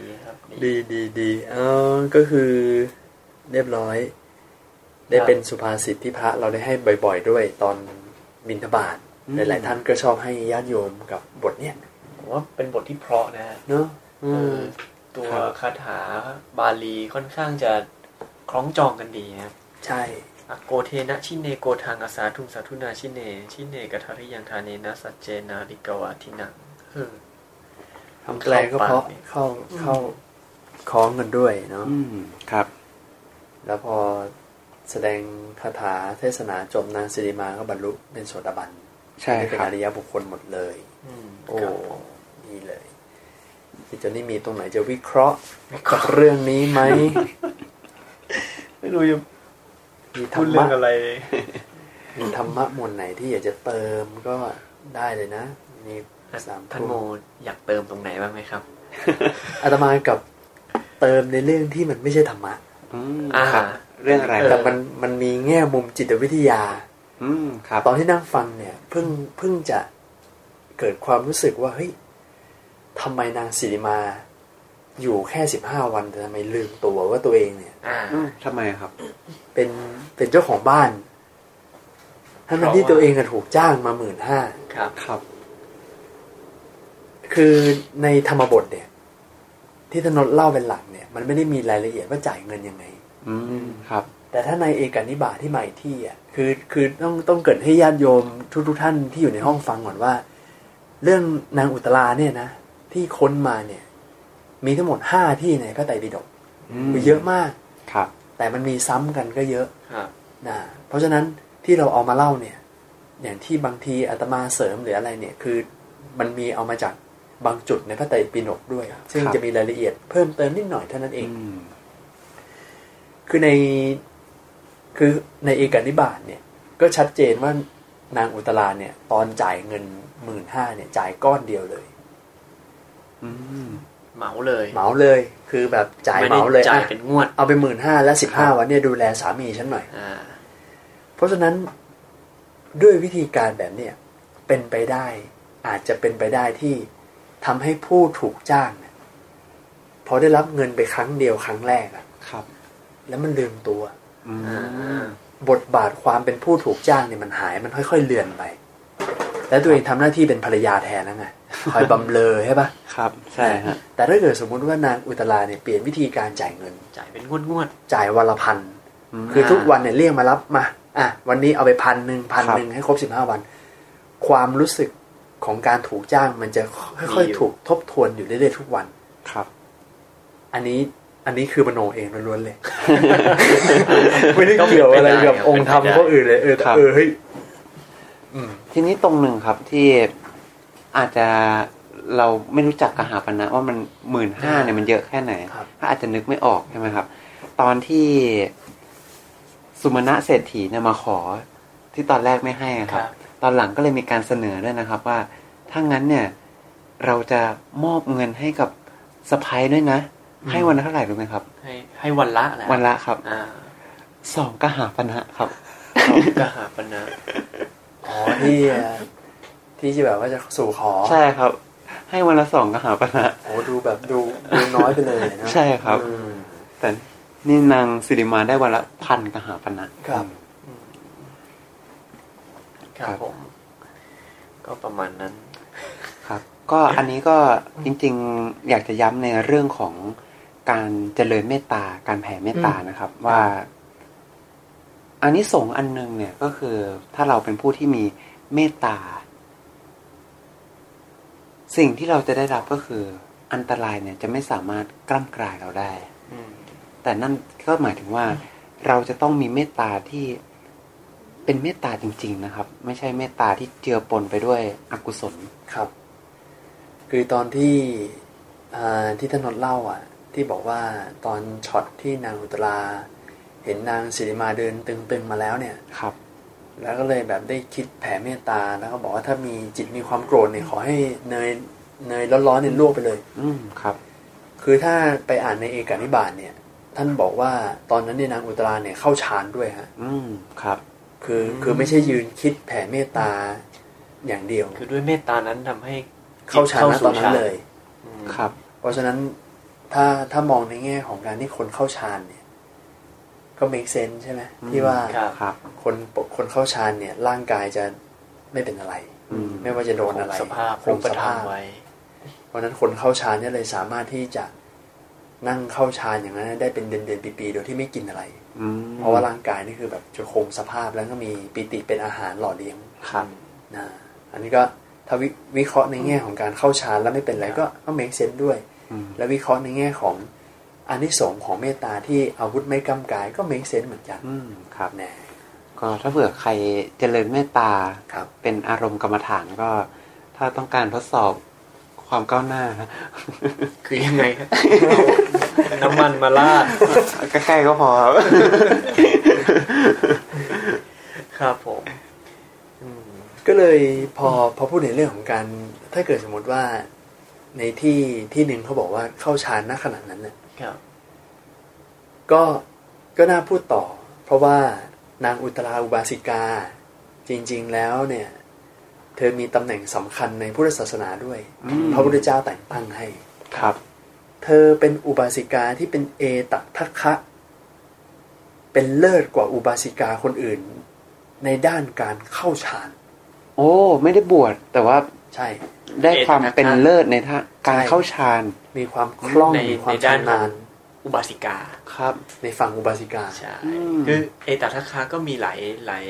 ดีครับดี
ดีดีดีเออก็คือเรียบร้อย ได้
ครับ
เป็นสุภาษิตที่พระเราได้ให้บ่อย ๆ ด้วยตอนบิณฑบาต
อืม
หลายๆท่านก็ชอบให้ญาติโยมกับบทเนี้ย
ผมว่าเป็นบทที่เพราะนะฮะ
เนาะอืม
ตัว
ครับ
คาถาบาลีค่อนข้างจะคล้องจองกันดีนะครับ
ใช่
อโกเทนะชิเนโกทางอาสาทุงสาธุนาชิเน ชิเนกัทาริยังทาเนนะสัจเจนาริกวาทินังเออ
ทำแปลก็เพราะเข้าเข้าคล้องกันด้วยเนาะ
อืมครับ
แล้วพอแสดงคาถาเทศนาจบนางสิริมาก็บรรลุเป็นโสดาบัน
ใช่
นี่เป็
คน รับ
อริยบุคคลหมดเลย
อืม
โอ้
ครับผม
นี่เลยพี่เจนนี่มีตรงไหนจะวิเคราะห์กับเรื่องนี้ไหม
[LAUGHS] ไม่รู้จะ
มีธร
พูด
ร
เรื่อ
มะ
งอะไร
มีธรรมะหมวลไหนที่อยากจะเติมก็ได้เลยนะนี่สาม
ท่านโม
ทุ่ม
อยากเติมตรงไหนบ้างไหมครับ
อาตมากับเติมในเรื่องที่มันไม่ใช่ธรรมะ
อืม
อ่า
ครับ เรื่องอะไรค
แต่
รับ
มันมันมีแง่มุมจิตวิทยา
อืมครับ
ตอนที่นั่งฟังเนี่ยเพิ่งเพิ่งจะเกิดความรู้สึกว่าเฮ้ยทำไมนางสิริมาอยู่แค่สิบห้าวันแต่ทำไมลืมตัวว่าตัวเองเนี่ย
อ่า
อืมทำไมครับ
เป็นเป็นเจ้าของบ้านทั้งๆที่
เพราะว่า
ตัวเองน่ะถูกจ้างมาหมื่นห้า
ครับ
ครับ
คือในธรรมบทเนี่ย ที่ธนนท์เล่าเป็นหลักเนี่ย มันไม่ได้มีรายละเอียดว่าจ่ายเงินยังไง
อืมครับ
แต่ถ้าในเอกนิบาตที่ใหม่ที่อ่ะคือคือต้องต้องเกริดให้ญาติโยมทุกทุกๆท่านที่อยู่ในห้องฟังก่อนว่า เรื่องนางอุตราเนี่ยนะ ที่ค้นมาเนี่ย มีทั้งหมดห้าที่ในพระไตรปิฎก
อืม
คือเยอะมาก
ครับ
แต่มันมีซ้ำกันก็เยอะ
ครับ
นะเพราะฉะนั้นที่เราเอามาเล่าเนี่ย อย่างที่บางทีอาตมาเสริมหรืออะไรเนี่ย คือมันมีเอามาจากบางจุดในพระไตรปิฎกด้วย ซึ่ง
ครับ
จะมีรายละเอียดเพิ่มเติมนิดหน่อยเท่านั้นเอ
อื
ง
ม
คือในคือในเอกนิบาตเนี่ย ก็ชัดเจนว่านางอุตลาเนี่ย ตอนจ่ายเงินหมื่นห้าเนี่ย จ่ายก้อนเดียวเลย
อืม
เหมาเลย
เหมาเลย คือแบบจ่าย
ไม่
เห
ได้
มาเลย
จ่าย
อ่ะ
เป็นงวด
เอาไปหมื่นห้าและสิบ
ครั
ห้า
บ
วันเนี่ยดูแลสามีฉันหน่อย
อ่า
เพราะฉะนั้นด้วยวิธีการแบบเนี้ยเป็นไปได้ อาจจะเป็นไปได้ที่ทำให้ผู้ถูกจ้างเนี่ยพอได้รับเงินไปครั้งเดียวครั้งแรกอะ
ครับ
แล้วมันลืมตัว
อืม
อ่า
บทบาทความเป็นผู้ถูกจ้างเนี่ยมันหายมันค่อย ๆเลือนไป แล้วตัวเองทำหน้าที่เป็นภรรยาแทนแล้วไง [LAUGHS] คอยบำเรอใช่ปะ
ครับใช่ฮะ
แต่ถ้าเกิดสมมุติว่านางอุตลาเนี่ยเปลี่ยนวิธีการจ่ายเงิน
จ่ายเป็นงวดงวด
จ่ายวันละพัน
ม
คือทุกวันเนี่ยเรียกมารับมา อ่ะ วันนี้เอาไปพันหนึ่งพัน
ครับ
หนึ่งให้ครบสิบห้าวัน ความรู้สึกของการถูกจ้างมันจะ
มี
ค่อย
อยู่
ๆถูกทบทวนอยู่เรื่อยๆทุกวัน
ครับ
อันนี้ อันนี้คือมโนเองล้ [LAUGHS] วนๆเลย ไม่ได้เกี่ยวอะไรกับองค์ธรรมคนอื่นเลยเออแต่เออเฮ้ยอืม
ทีนี้ตรงหนึ่งครับที่อาจจะเราไม่รู้จักกหาปณะว่ามันหมื่นห้าเนี่ยมันเยอะแค่ไหน
ครับ
ก็อาจจะนึกไม่ออกใช่ไหมครับ ตอนที่สุมาณะเศรษฐีเนี่ยมาขอที่ตอนแรกไม่ให้อะครับ ตอนหลังก็เลยมีการเสนอด้วยนะครับว่า ถ้างั้นเนี่ย เราจะมอบเงินให้กับสะพ้ายด้วยนะ ให้วันละเท่าไหร่รู้ไหมครับ
ให้ให้วันละนะ
วันละครับ
อ่า [COUGHS]
สองกหาปณะครับ
ก็หาปัญหา
อ๋อที่ที่จะแบบว่าจะสู่ขอ
ใช่ครับ ให้วันละสองกหาปณะ
โอ้ดูแบบดูดูน้อยไปเลยนะ
ใช่ครับ
อืม
แต่นี่นางสิริมาได้วันละพันกหาปณะ
ครับ
ครับ
ครับ
ผม ก็ประมาณนั้น
ครับ ก็อันนี้ก็จริงๆ อยากจะย้ำในเรื่องของการเจริญเมตตาการแผ่เมตตานะครับ ว่า อันนี้สงส์อันหนึงเนี่ยก็คือถ้าเราเป็นผู้ที่มีเมตตา สิ่งที่เราจะได้รับก็คือ อันตรายเนี่ยจะไม่สามารถกล้ำกลายเราได้
อืม
แต่นั่นก็หมายถึงว่า เราจะต้องมีเมตตาที่เป็นเมตตาจริง ๆ นะครับ ไม่ใช่เมตตาที่เจือปนไปด้วยอกุศล
ครับ คือตอนที่อ่าที่ถนนเล่าอ่ะ ที่บอกว่าตอนช็อตที่นางอุตรา เห็นนางสิริมาเดินตึงๆมาแล้วเนี่ย
ครับ
แล้วก็เลยแบบได้คิดแผ่เมตตาแล้วก็บอกว่าถ้ามีจิตมีความโกรธเนี่ยขอให้เนยเนยร้อนๆเนี่ยลวกไปเลย
อืมครับ
คือถ้าไปอ่านในเอกานิบาตเนี่ย ท่านบอกว่าตอนนั้นเนี่ยนางอุตราเนี่ยเข้าฌานด้วยฮะ
อืมครับ
คือ
อืม
คือไม่ใช่ยืนคิดแผ่เมตตาอย่างเดียว
คือด้วยเมตตานั้นทำให้
เข้าฌานณตอนนั้นเลย
อืม
ครับ
เพราะฉะนั้นถ้าถ้ามองในแง่ของการที่คนเข้าฌานเนี่ย ก็ make sense ใช่ไหม
อืม
ที่ว่า
ครับ
ครับ
คนปกคนเข้าฌานเนี่ย ร่างกายจะไม่เป็นอะไร
อืม
ไม่ว่าจะโดน
ค
อะ
ง
ไร
สภาพ
ค
รู
ง
ป
ส
ธรรม
ภาพ
ไว้
เพราะฉะนั้นคนเข้าฌานเนี่ยเลยสามารถที่จะนั่งเข้าฌานอย่างนั้นได้เป็นเดือนเดือนๆปีๆโดยที่ไม่กินอะไร
อืม
เพราะว่าร่างกายนี่คือแบบจะคงสภาพแล้วก็มีปิติเป็นอาหารหล่อเลี้ยง
ครับ
นะอันนี้ก็ถ้าวิวิเคราะห์ในแง่ของการเข้าฌานแล้วไม่เป็นอะไรก็ก็ make sense ด้วย
อืม
และวิเคราะห์ในแง่ของอานิสงส์ของเมตตาที่อาวุธไม่กำกายก็ make sense เหมือนกัน
อืมครับ
แน่
ก็ถ้าเผื่อใครเจริญเมตตา
ครับ
เป็นอารมณ์กรรมฐานก็ ถ้าต้องการทดสอบความก้าวหน้า
คือยังไงครับ เอาน้ำมันมาราด
ใกล้ๆก็พอครับ
ครับผมอืม
ก็เลยพอพอพูดในเรื่องของการถ้าเกิดสมมติว่าในที่ที่หนึ่งเขาบอกว่าเข้าฌานณขณะนั้นน่ะ
ครับ
ก็ก็น่าพูดต่อ เพราะว่านางอุตราอุบาสิกา จริง ๆ แล้วเนี่ย เธอมีตำแหน่งสำคัญในพุทธศาสนาด้วย
อืม
พระพุทธเจ้าแต่งตั้งให้
ครับ
เธอเป็นอุบาสิกาที่เป็นเอตักทัคคะ เป็นเลิศกว่าอุบาสิกาคนอื่น ในด้านการเข้าฌาน
โอ้ ไม่ได้บวชแต่ว่า
ใช่
ได้ความเป็นเลิศในท่าการ
ใช่
เข้าฌาน
มีความคล่อง
ใน
มีความ
ในด้าน
ชำนาญ
อุบาสิกา
ครับ
ในฝั่งอุบาสิกา
ใช่
อืม
คือเอตทัคคะก็มีหลายหลาย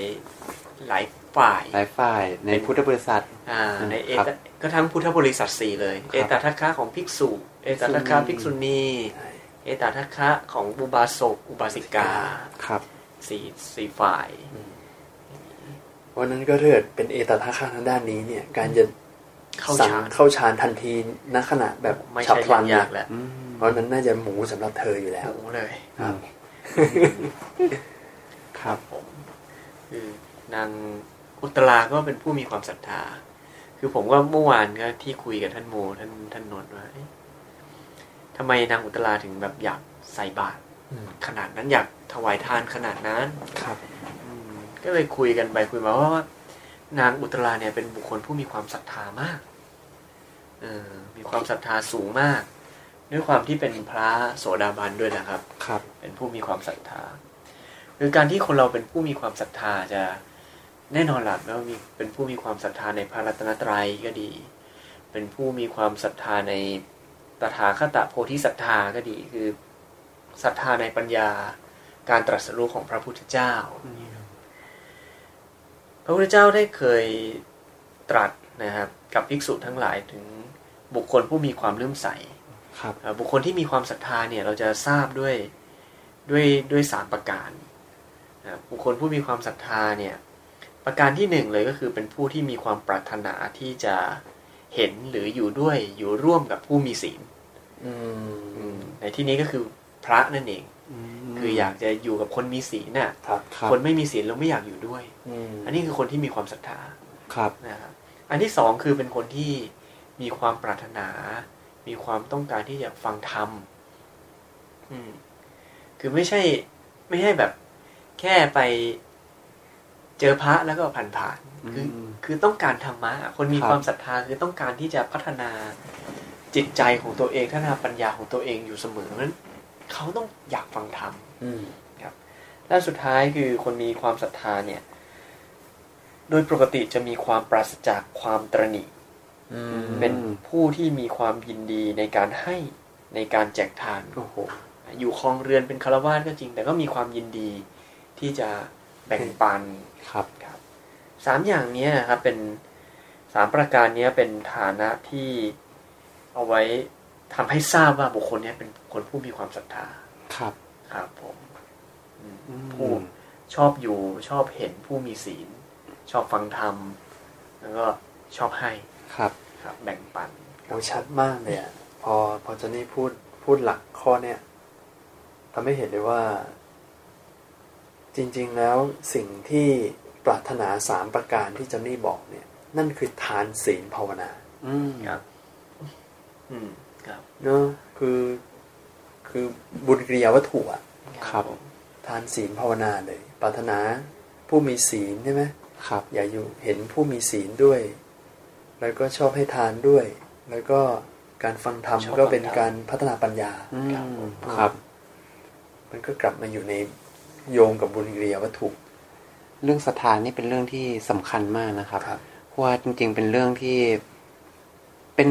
หลายฝ่าย
หลายฝ่ายในพุทธบริษัท
อ่า ในเอ
ครับ
ตก็ทั้งพุทธบริษัทสี่เลย เอตทัคคะของภิกษุ เอตทัคคะภิกษุณี
ใช่
เอตทัคคะของอุบาสก อุบาสิกา
ครับ
สี่สี่ฝ่าย
วันนั้นก็เถิดเป็นเอตักทัคคะทางด้านนี้เนี่ย การจะ
เข้า
สั่ง
ฌาน
เข้าฌานทันทีณขณะแบบ
ไม่
ฉับ
ใช่
พลัน
เรื่อง
เนี่ย
ยากแล้ว
อืม
เพราะนั้นน่าจะหมูสำหรับเธออยู่แล้ว
โอ้โหเลย
ครับ ครับ
ผมคือนางอุตตราก็เป็นผู้มีความศรัทธา คือผมก็เมื่อวานก็ที่คุยกับท่านโมท่านท่านนนท์ว่าเอ๊ะ ทำไมนางอุตตราถึงแบบอยากใส่บาตร
อืม
ขนาดนั้นอยากถวายทานขนาดนั้น
ครับ
อืมก็เลยคุยกันไปคุยมาว่านางอุตตราเนี่ยเป็นบุคคลผู้มีความศรัทธามากเออมีความศรัทธาสูงมาก ด้วยความที่เป็นพระโสดาบันด้วยนะครับ
ครับ
เป็นผู้มีความศรัทธาคือการที่คนเราเป็นผู้มีความศรัทธาจะแน่นอนหลักแล้วามีเป็นผู้มีความศรัทธาในพระรัตนตรัยก็ดี เป็นผู้มีความศรัทธาในตถาคตโพธิศรัทธาก็ดีคือศรัทธาในปัญญาการตรัสรู้ของพระพุทธเจ้า พระพุทธเจ้าได้เคยตรัสนะครับกับภิกษุทั้งหลายถึงบุคคลผู้มีความเลื่อมใส
ครับ
เอ่อบุคคลที่มีความศรัทธาเนี่ยเราจะทราบด้วยด้วยด้วยสามประการนะครับบุคคลผู้มีความศรัทธาเนี่ยประการที่หนึ่งเลยก็คือเป็นผู้ที่มีความปรารถนาที่จะเห็นหรืออยู่ด้วยอยู่ร่วมกับผู้มีศีล
อื
อื
ม
มในที่นี้ก็คือพระนั่นเอง
ม
คืออยากจะอยู่กับคนมีศีลน่ะ
ครับ
ครับ
คนไม่มีศีลเราไม่อยากอยู่ด้วย
อืม
อันนี้คือคนที่มีความศรัทธา
ครับ
นะครับอันที่สองคือเป็นคนที่มีความปรารถนา มีความต้องการที่จะฟังธรรมอืมคือไม่ใช่ไม่ใช่แบบแค่ไปเจอพระแล้วก็ผ่านผ่านๆคือ
อืม
คือต้องการธรรมะ คนมี
ครับ
ความศรัทธาคือต้องการที่จะพัฒนาจิตใจของตัวเองพัฒนาปัญญาของตัวเองอยู่เสมอเพราะฉะนั้นเขาต้องอยากฟังธรรม
อืม
และสุดท้ายคือคนมีความศรัทธาเนี่ย โดยปกติจะมีความปราศจากความตรณี
อืม
เป็นผู้ที่มีความยินดีในการให้ในการแจกทาน
โอ้โห
อยู่คลองเรือนเป็นคารวาสก็จริง แต่ก็มีความยินดีที่จะแบ่งปัน
ครับ
สามอย่างเนี้ยนะครับเป็นสามประการเนี้ยเป็นฐานะที่เอาไว้ทำให้ทราบว่าบุคคลเนี้ยเป็นบุคคลผู้มีความศรัทธา
ครับ
ครับผมอืม
อืม
พูด ชอบอยู่ชอบเห็นผู้มีศีล ชอบฟังธรรม แล้วก็ชอบให้
ครับ
ครับแบ่งปัน
โอ้ชัดมากเลยอะพอพอเจนนี่พูดพูดหลักข้อเนี่ยทำให้เห็นเลยว่า จริง ๆ แล้วสิ่งที่ปรารถนาสามประการที่เจนนี่บอกเนี่ย นั่นคือทานศีลภาวนา
อืม
อืมครับ
เนอะคือคือบุญกิริยาวัตถุอะ
ครับ
ทานศีลภาวนาเลย ปรารถนาผู้มีศีลใช่ไหม
ครับ
อย่าอยู่เห็นผู้มีศีลด้วย แล้วก็ชอบให้ทานด้วย แล้วก็การฟังธรรมก็เป็นการพัฒนาปัญญา
อืมครับ
มันก็กลับมาอยู่ในโยงกับบุญกิริยาวัตถุ
เรื่องศรัทธานี่เป็นเรื่องที่สำคัญมากนะครับ
ครับ
เพราะว่าจริง ๆ เป็นเรื่องที่เป็น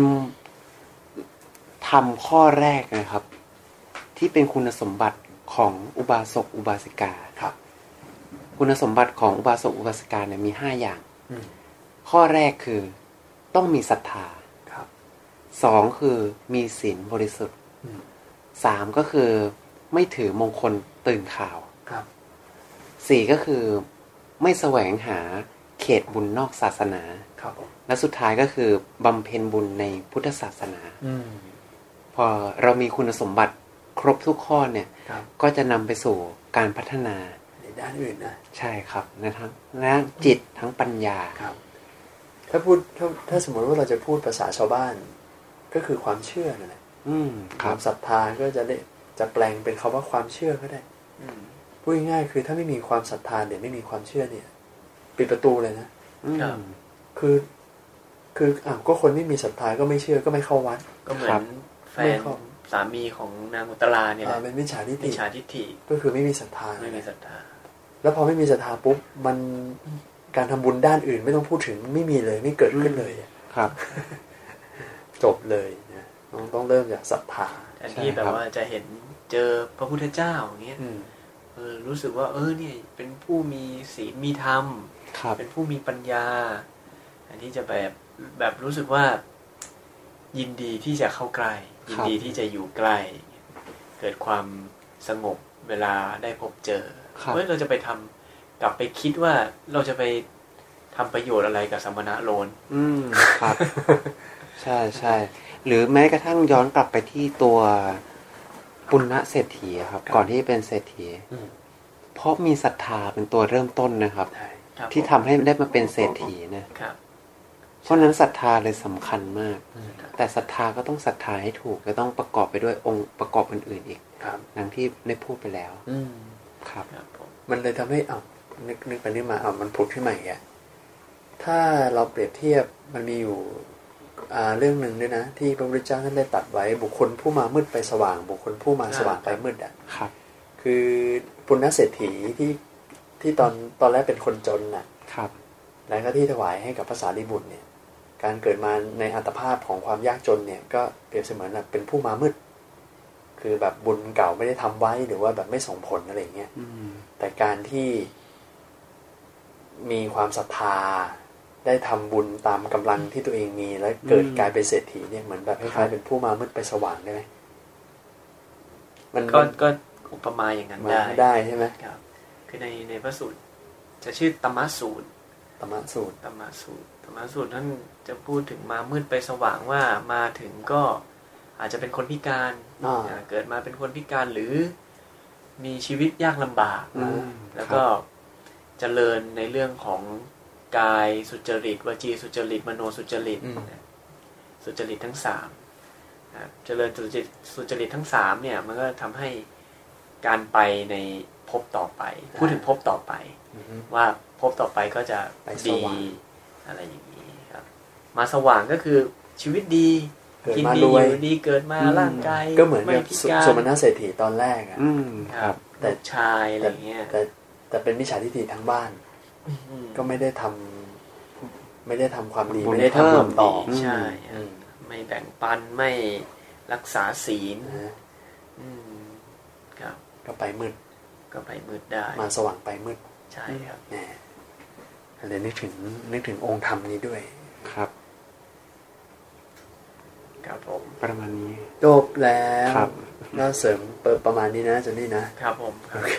ทำข้อแรกนะครับ ที่เป็นคุณสมบัติของอุบาสกอุบาสิกา
ครับ
คุณสมบัติของอุบาสกอุบาสิกาเนี่ยมีห้าอย่าง
อืม
ข้อแรกคือต้องมีศรัทธา
ครับ
สองคือมีศีลบริสุทธิ์
อืม
สามก็คือไม่ถือมงคลตื่นข่าว
ครับ
สี่ก็คือไม่แสวงหาเขตบุญนอกศาสนา
ครับผม
และสุดท้ายก็คือบำเพ็ญบุญในพุทธศาสนา
อืม
พอเรามีคุณสมบัติครบทุกข้อเนี่ย
ครับ
ก็จะนำไปสู่การพัฒนา
ในด้านอื่นนะ
ใช่ครับนะทั้งนะจิตทั้งปัญญา
ครับ ถ้าพูดถ้าถ้าสมมติว่าเราจะพูดภาษาชาวบ้าน ก็คือความเชื่อนั่นแหละ
อืม
ค
ครั
วา
บ
มศรัทธาก็จะได้จะแปลงเป็นคำว่าความเชื่อก็ได้
อืม
พูดง่ายๆคือถ้าไม่มีความศรัทธาเดี๋ยวไม่มีความเชื่อเนี่ย ปิดประตูเลยนะ
อืม
ครับ
คือ คืออ้าวก็คนไม่มีศรัทธาก็ไม่เชื่อก็ไม่เข้าวัด
ก็เหมื
ค
อ
รั
น
บ
แฟ
ไม่
น
เข้า
สามีของนางอุตตลาเนี่ยแห
อ่า
ละ
เป็นมิจฉาทิฏ
มิ
ฐิ
จฉาทิฏฐิ
ก็คือไม่มีศรัทธา
ไม่มีศรัทธา
แล้วพอไม่มีศรัทธาปุ๊บมันการทำบุญด้านอื่นไม่ต้องพูดถึงไม่มีเลยไม่เกิดขึ้นเลยอะ
ครับ
จบเลยนะต้องต้องเริ่มจากศรัทธา
อันที่
ใช่ค
แบ
รั
บบ ว่าจะเห็นเจอพระพุทธเจ้าอย่างเงี้ย
อืม
เออรู้สึกว่า เออเนี่ย เป็นผู้มีศีลมีธรรม
ครับ
เป็นผู้มีปัญญา อันที่จะแบบแบบรู้สึกว่า ยินดีที่จะเข้าใกล้ยินดีที่จะอยู่ใกล้ เกิดความสงบเวลาได้พบเจอ
ครับ
เฮ้ยเราจะไปทำกลับไปคิดว่าเราจะไปทำประโยชน์อะไรกับสมณะโลน
อืมครับ [LAUGHS] ใช่ใช่หรือแม้กระทั่งย้อนกลับไปที่ตัวปุณณะเศรษฐีอะครับ ก่อนที่จะเป็นเศรษฐี
อืม
เพราะมีศรัทธาเป็นตัวเริ่มต้นนะครับ
ได้
ครับ
ที่ทำให้ได้มาเป็นเศรษฐีนะครับ เพราะฉะนั้นศรัทธาเลยสำคัญมาก แต่ศรัทธาก็ต้องศรัทธาให้ถูกและต้องประกอบไปด้วยองค์ประกอบอื่นๆอีก
ครับ
ดังที่ได้พูดไปแล้ว
อืม
ครับ
ครับผม
มันเลยทำให้เอานึกนึกไปนึกมาเอามันผุดขึ้นมาอีกอะถ้าเราเปรียบเทียบมันมีอยู่อ่าเรื่องหนึ่งด้วยนะ ที่พระพุทธเจ้าท่านได้ตรัดไว้บุคคลผู้มามืดไปสว่าง บุคคลผู้มาสว่างไปมืดอะ
ครับ
คือปุณณเศรษฐีที่ที่ตอนตอนแรกเป็นคนจนน่ะ
ครับ
แล้วก็ที่ถวายให้กับภาษาลิบุตรเนี่ย การเกิดมาในอัตภาพของความยากจนเนี่ย ก็เปรียบเสมือนแบบเป็นผู้มามืด คือแบบบุญเก่าไม่ได้ทำไว้หรือว่าแบบไม่ส่งผลอะไรอย่างเงี้ย
อืม
แต่การที่มีความศรัทธา ได้ทำบุญตามกำลังที่ตัวเองมี และเกิด
อืม
กลายเป็นเศรษฐีเนี่ยเหมือนแบบค
ครั
ล้าย
บ
ๆเป็นผู้มามืดไปสว่างได้ไหมมัน
ก็ก็อุปมาอย่างนั้น
มัน
ได้
ได้ใช่ไหม
ครับ คือในในพระสูตร จะชื่อตมมะสูตร
ธรรมะสูตร
ธรรมสูตรธรรมสูตรท่านจะพูดถึงมามืดไปสว่างว่ามาถึงก็อาจจะเป็นคนพิการ
อ่า
อ่าเกิดมาเป็นคนพิการหรือมีชีวิตยากลำบาก
อืม
แล้วก็เจริญในเรื่องของกายสุจริตวจีสุจริต มโนสุจริต
อืม
นะสุจริตทั้งสามนะเจริญสุจริตสุจริตทั้งสามเนี่ย มันก็ทำให้การไปในภพต่อไป พูดถึงภพต่อไป
อือฮึ
ว่าพบต่อไปก็จะ
ไปส
ดี
วรรค์
อะไรอย่างนี้ครับ มาสว่างก็คือชีวิตดี
เกิด
กิ
มา
ดี
รวย
อยู่ดีเกิดมาร่างกาย
ก็เหมือน
ไม่
กับ
พิ
สุ
การ
สุมนาเศรษฐีตอนแรกอะ
อืม
ค
ค
รั
รั
บบ
แต่
ลูกชายอะไรอย่างเงี้ย
แต่แต่เป็นมิจฉาทิฏฐิทั้งบ้าน
อืม
ก็ไม่ได้ทำไม่ได้ทำความดี
บุญ
ไม่ได้
เพิ่
ทำบุ
ม
ญต่อ
ใช่ครั
อื
บ
ม
ไม่แบ่งปันไม่รักษาศีล
นะ
อืมครับ
ก็ไปมืด
ก็ไปมืดได้
มาสว่างไปมืด
ใช่ครับ
แน่เลยนึกถึงนึกถึงองค์ธรรมนี้ด้วย
ครับ
ครับผม
ประมาณนี้
จบแล้ว
ครับ
น่าเสริมเปิดประมาณนี้นะจนนี่นะครับ
ผม
โอเค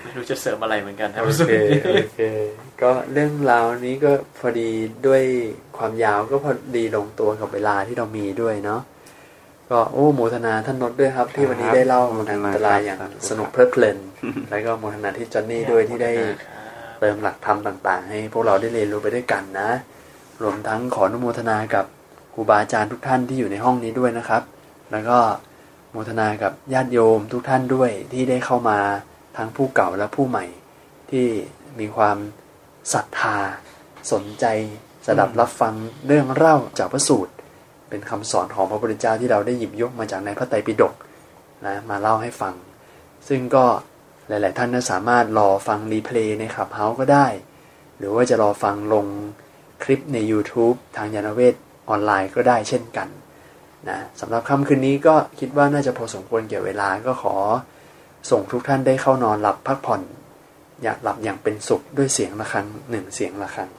ไม่รู้จะเสริมอะไรเหมือนกันนะ
โอเคโอเค ก็เรื่องราวนี้ก็พอดีด้วยความยาวก็พอดีลงตัวกับเวลาที่เรามีด้วยเนาะก็โอ้โมทนาท่านนดด้วยครับ ที่วันนี้ได้เล่าทางตลายอย่างสนุกเพลิดเพลิน แล้วก็โมทนาที่จอนนี่ด้วยที่ได้
ครับ
เติมหลักธรรมต่าง ๆ ให้พวกเราได้เรียนรู้ไปด้วยกันนะ รวมทั้งขออนุโมทนากับครูบาอาจารย์ทุกท่านที่อยู่ในห้องนี้ด้วยนะครับ แล้วก็โมทนากับญาติโยมทุกท่านด้วยที่ได้เข้ามาทั้งผู้เก่าและผู้ใหม่ ที่มีความศรัทธา สนใจสดับรับฟังเรื่องเล่าจากพระสูตร เป็นคำสอนของพระพุทธเจ้าที่เราได้หยิบยกมาจากในพระไตรปิฎกนะมาเล่าให้ฟัง ซึ่งก็หลาย ๆ ท่านนะสามารถรอฟังรีเพลย์ในขับเฮาก็ได้ หรือว่าจะรอฟังลงคลิปใน YouTube ทางยานเวทออนไลน์ก็ได้เช่นกันนะสำหรับค่ำคืนนี้ก็คิดว่าน่าจะพอสมควรเกี่ยวเวลาก็ขอ ส่งทุกท่านได้เข้านอนหลับพักผ่อน อยากหลับอย่างเป็นสุขด้วยเสียงะระฆังหนึ่งเสียงะระฆัง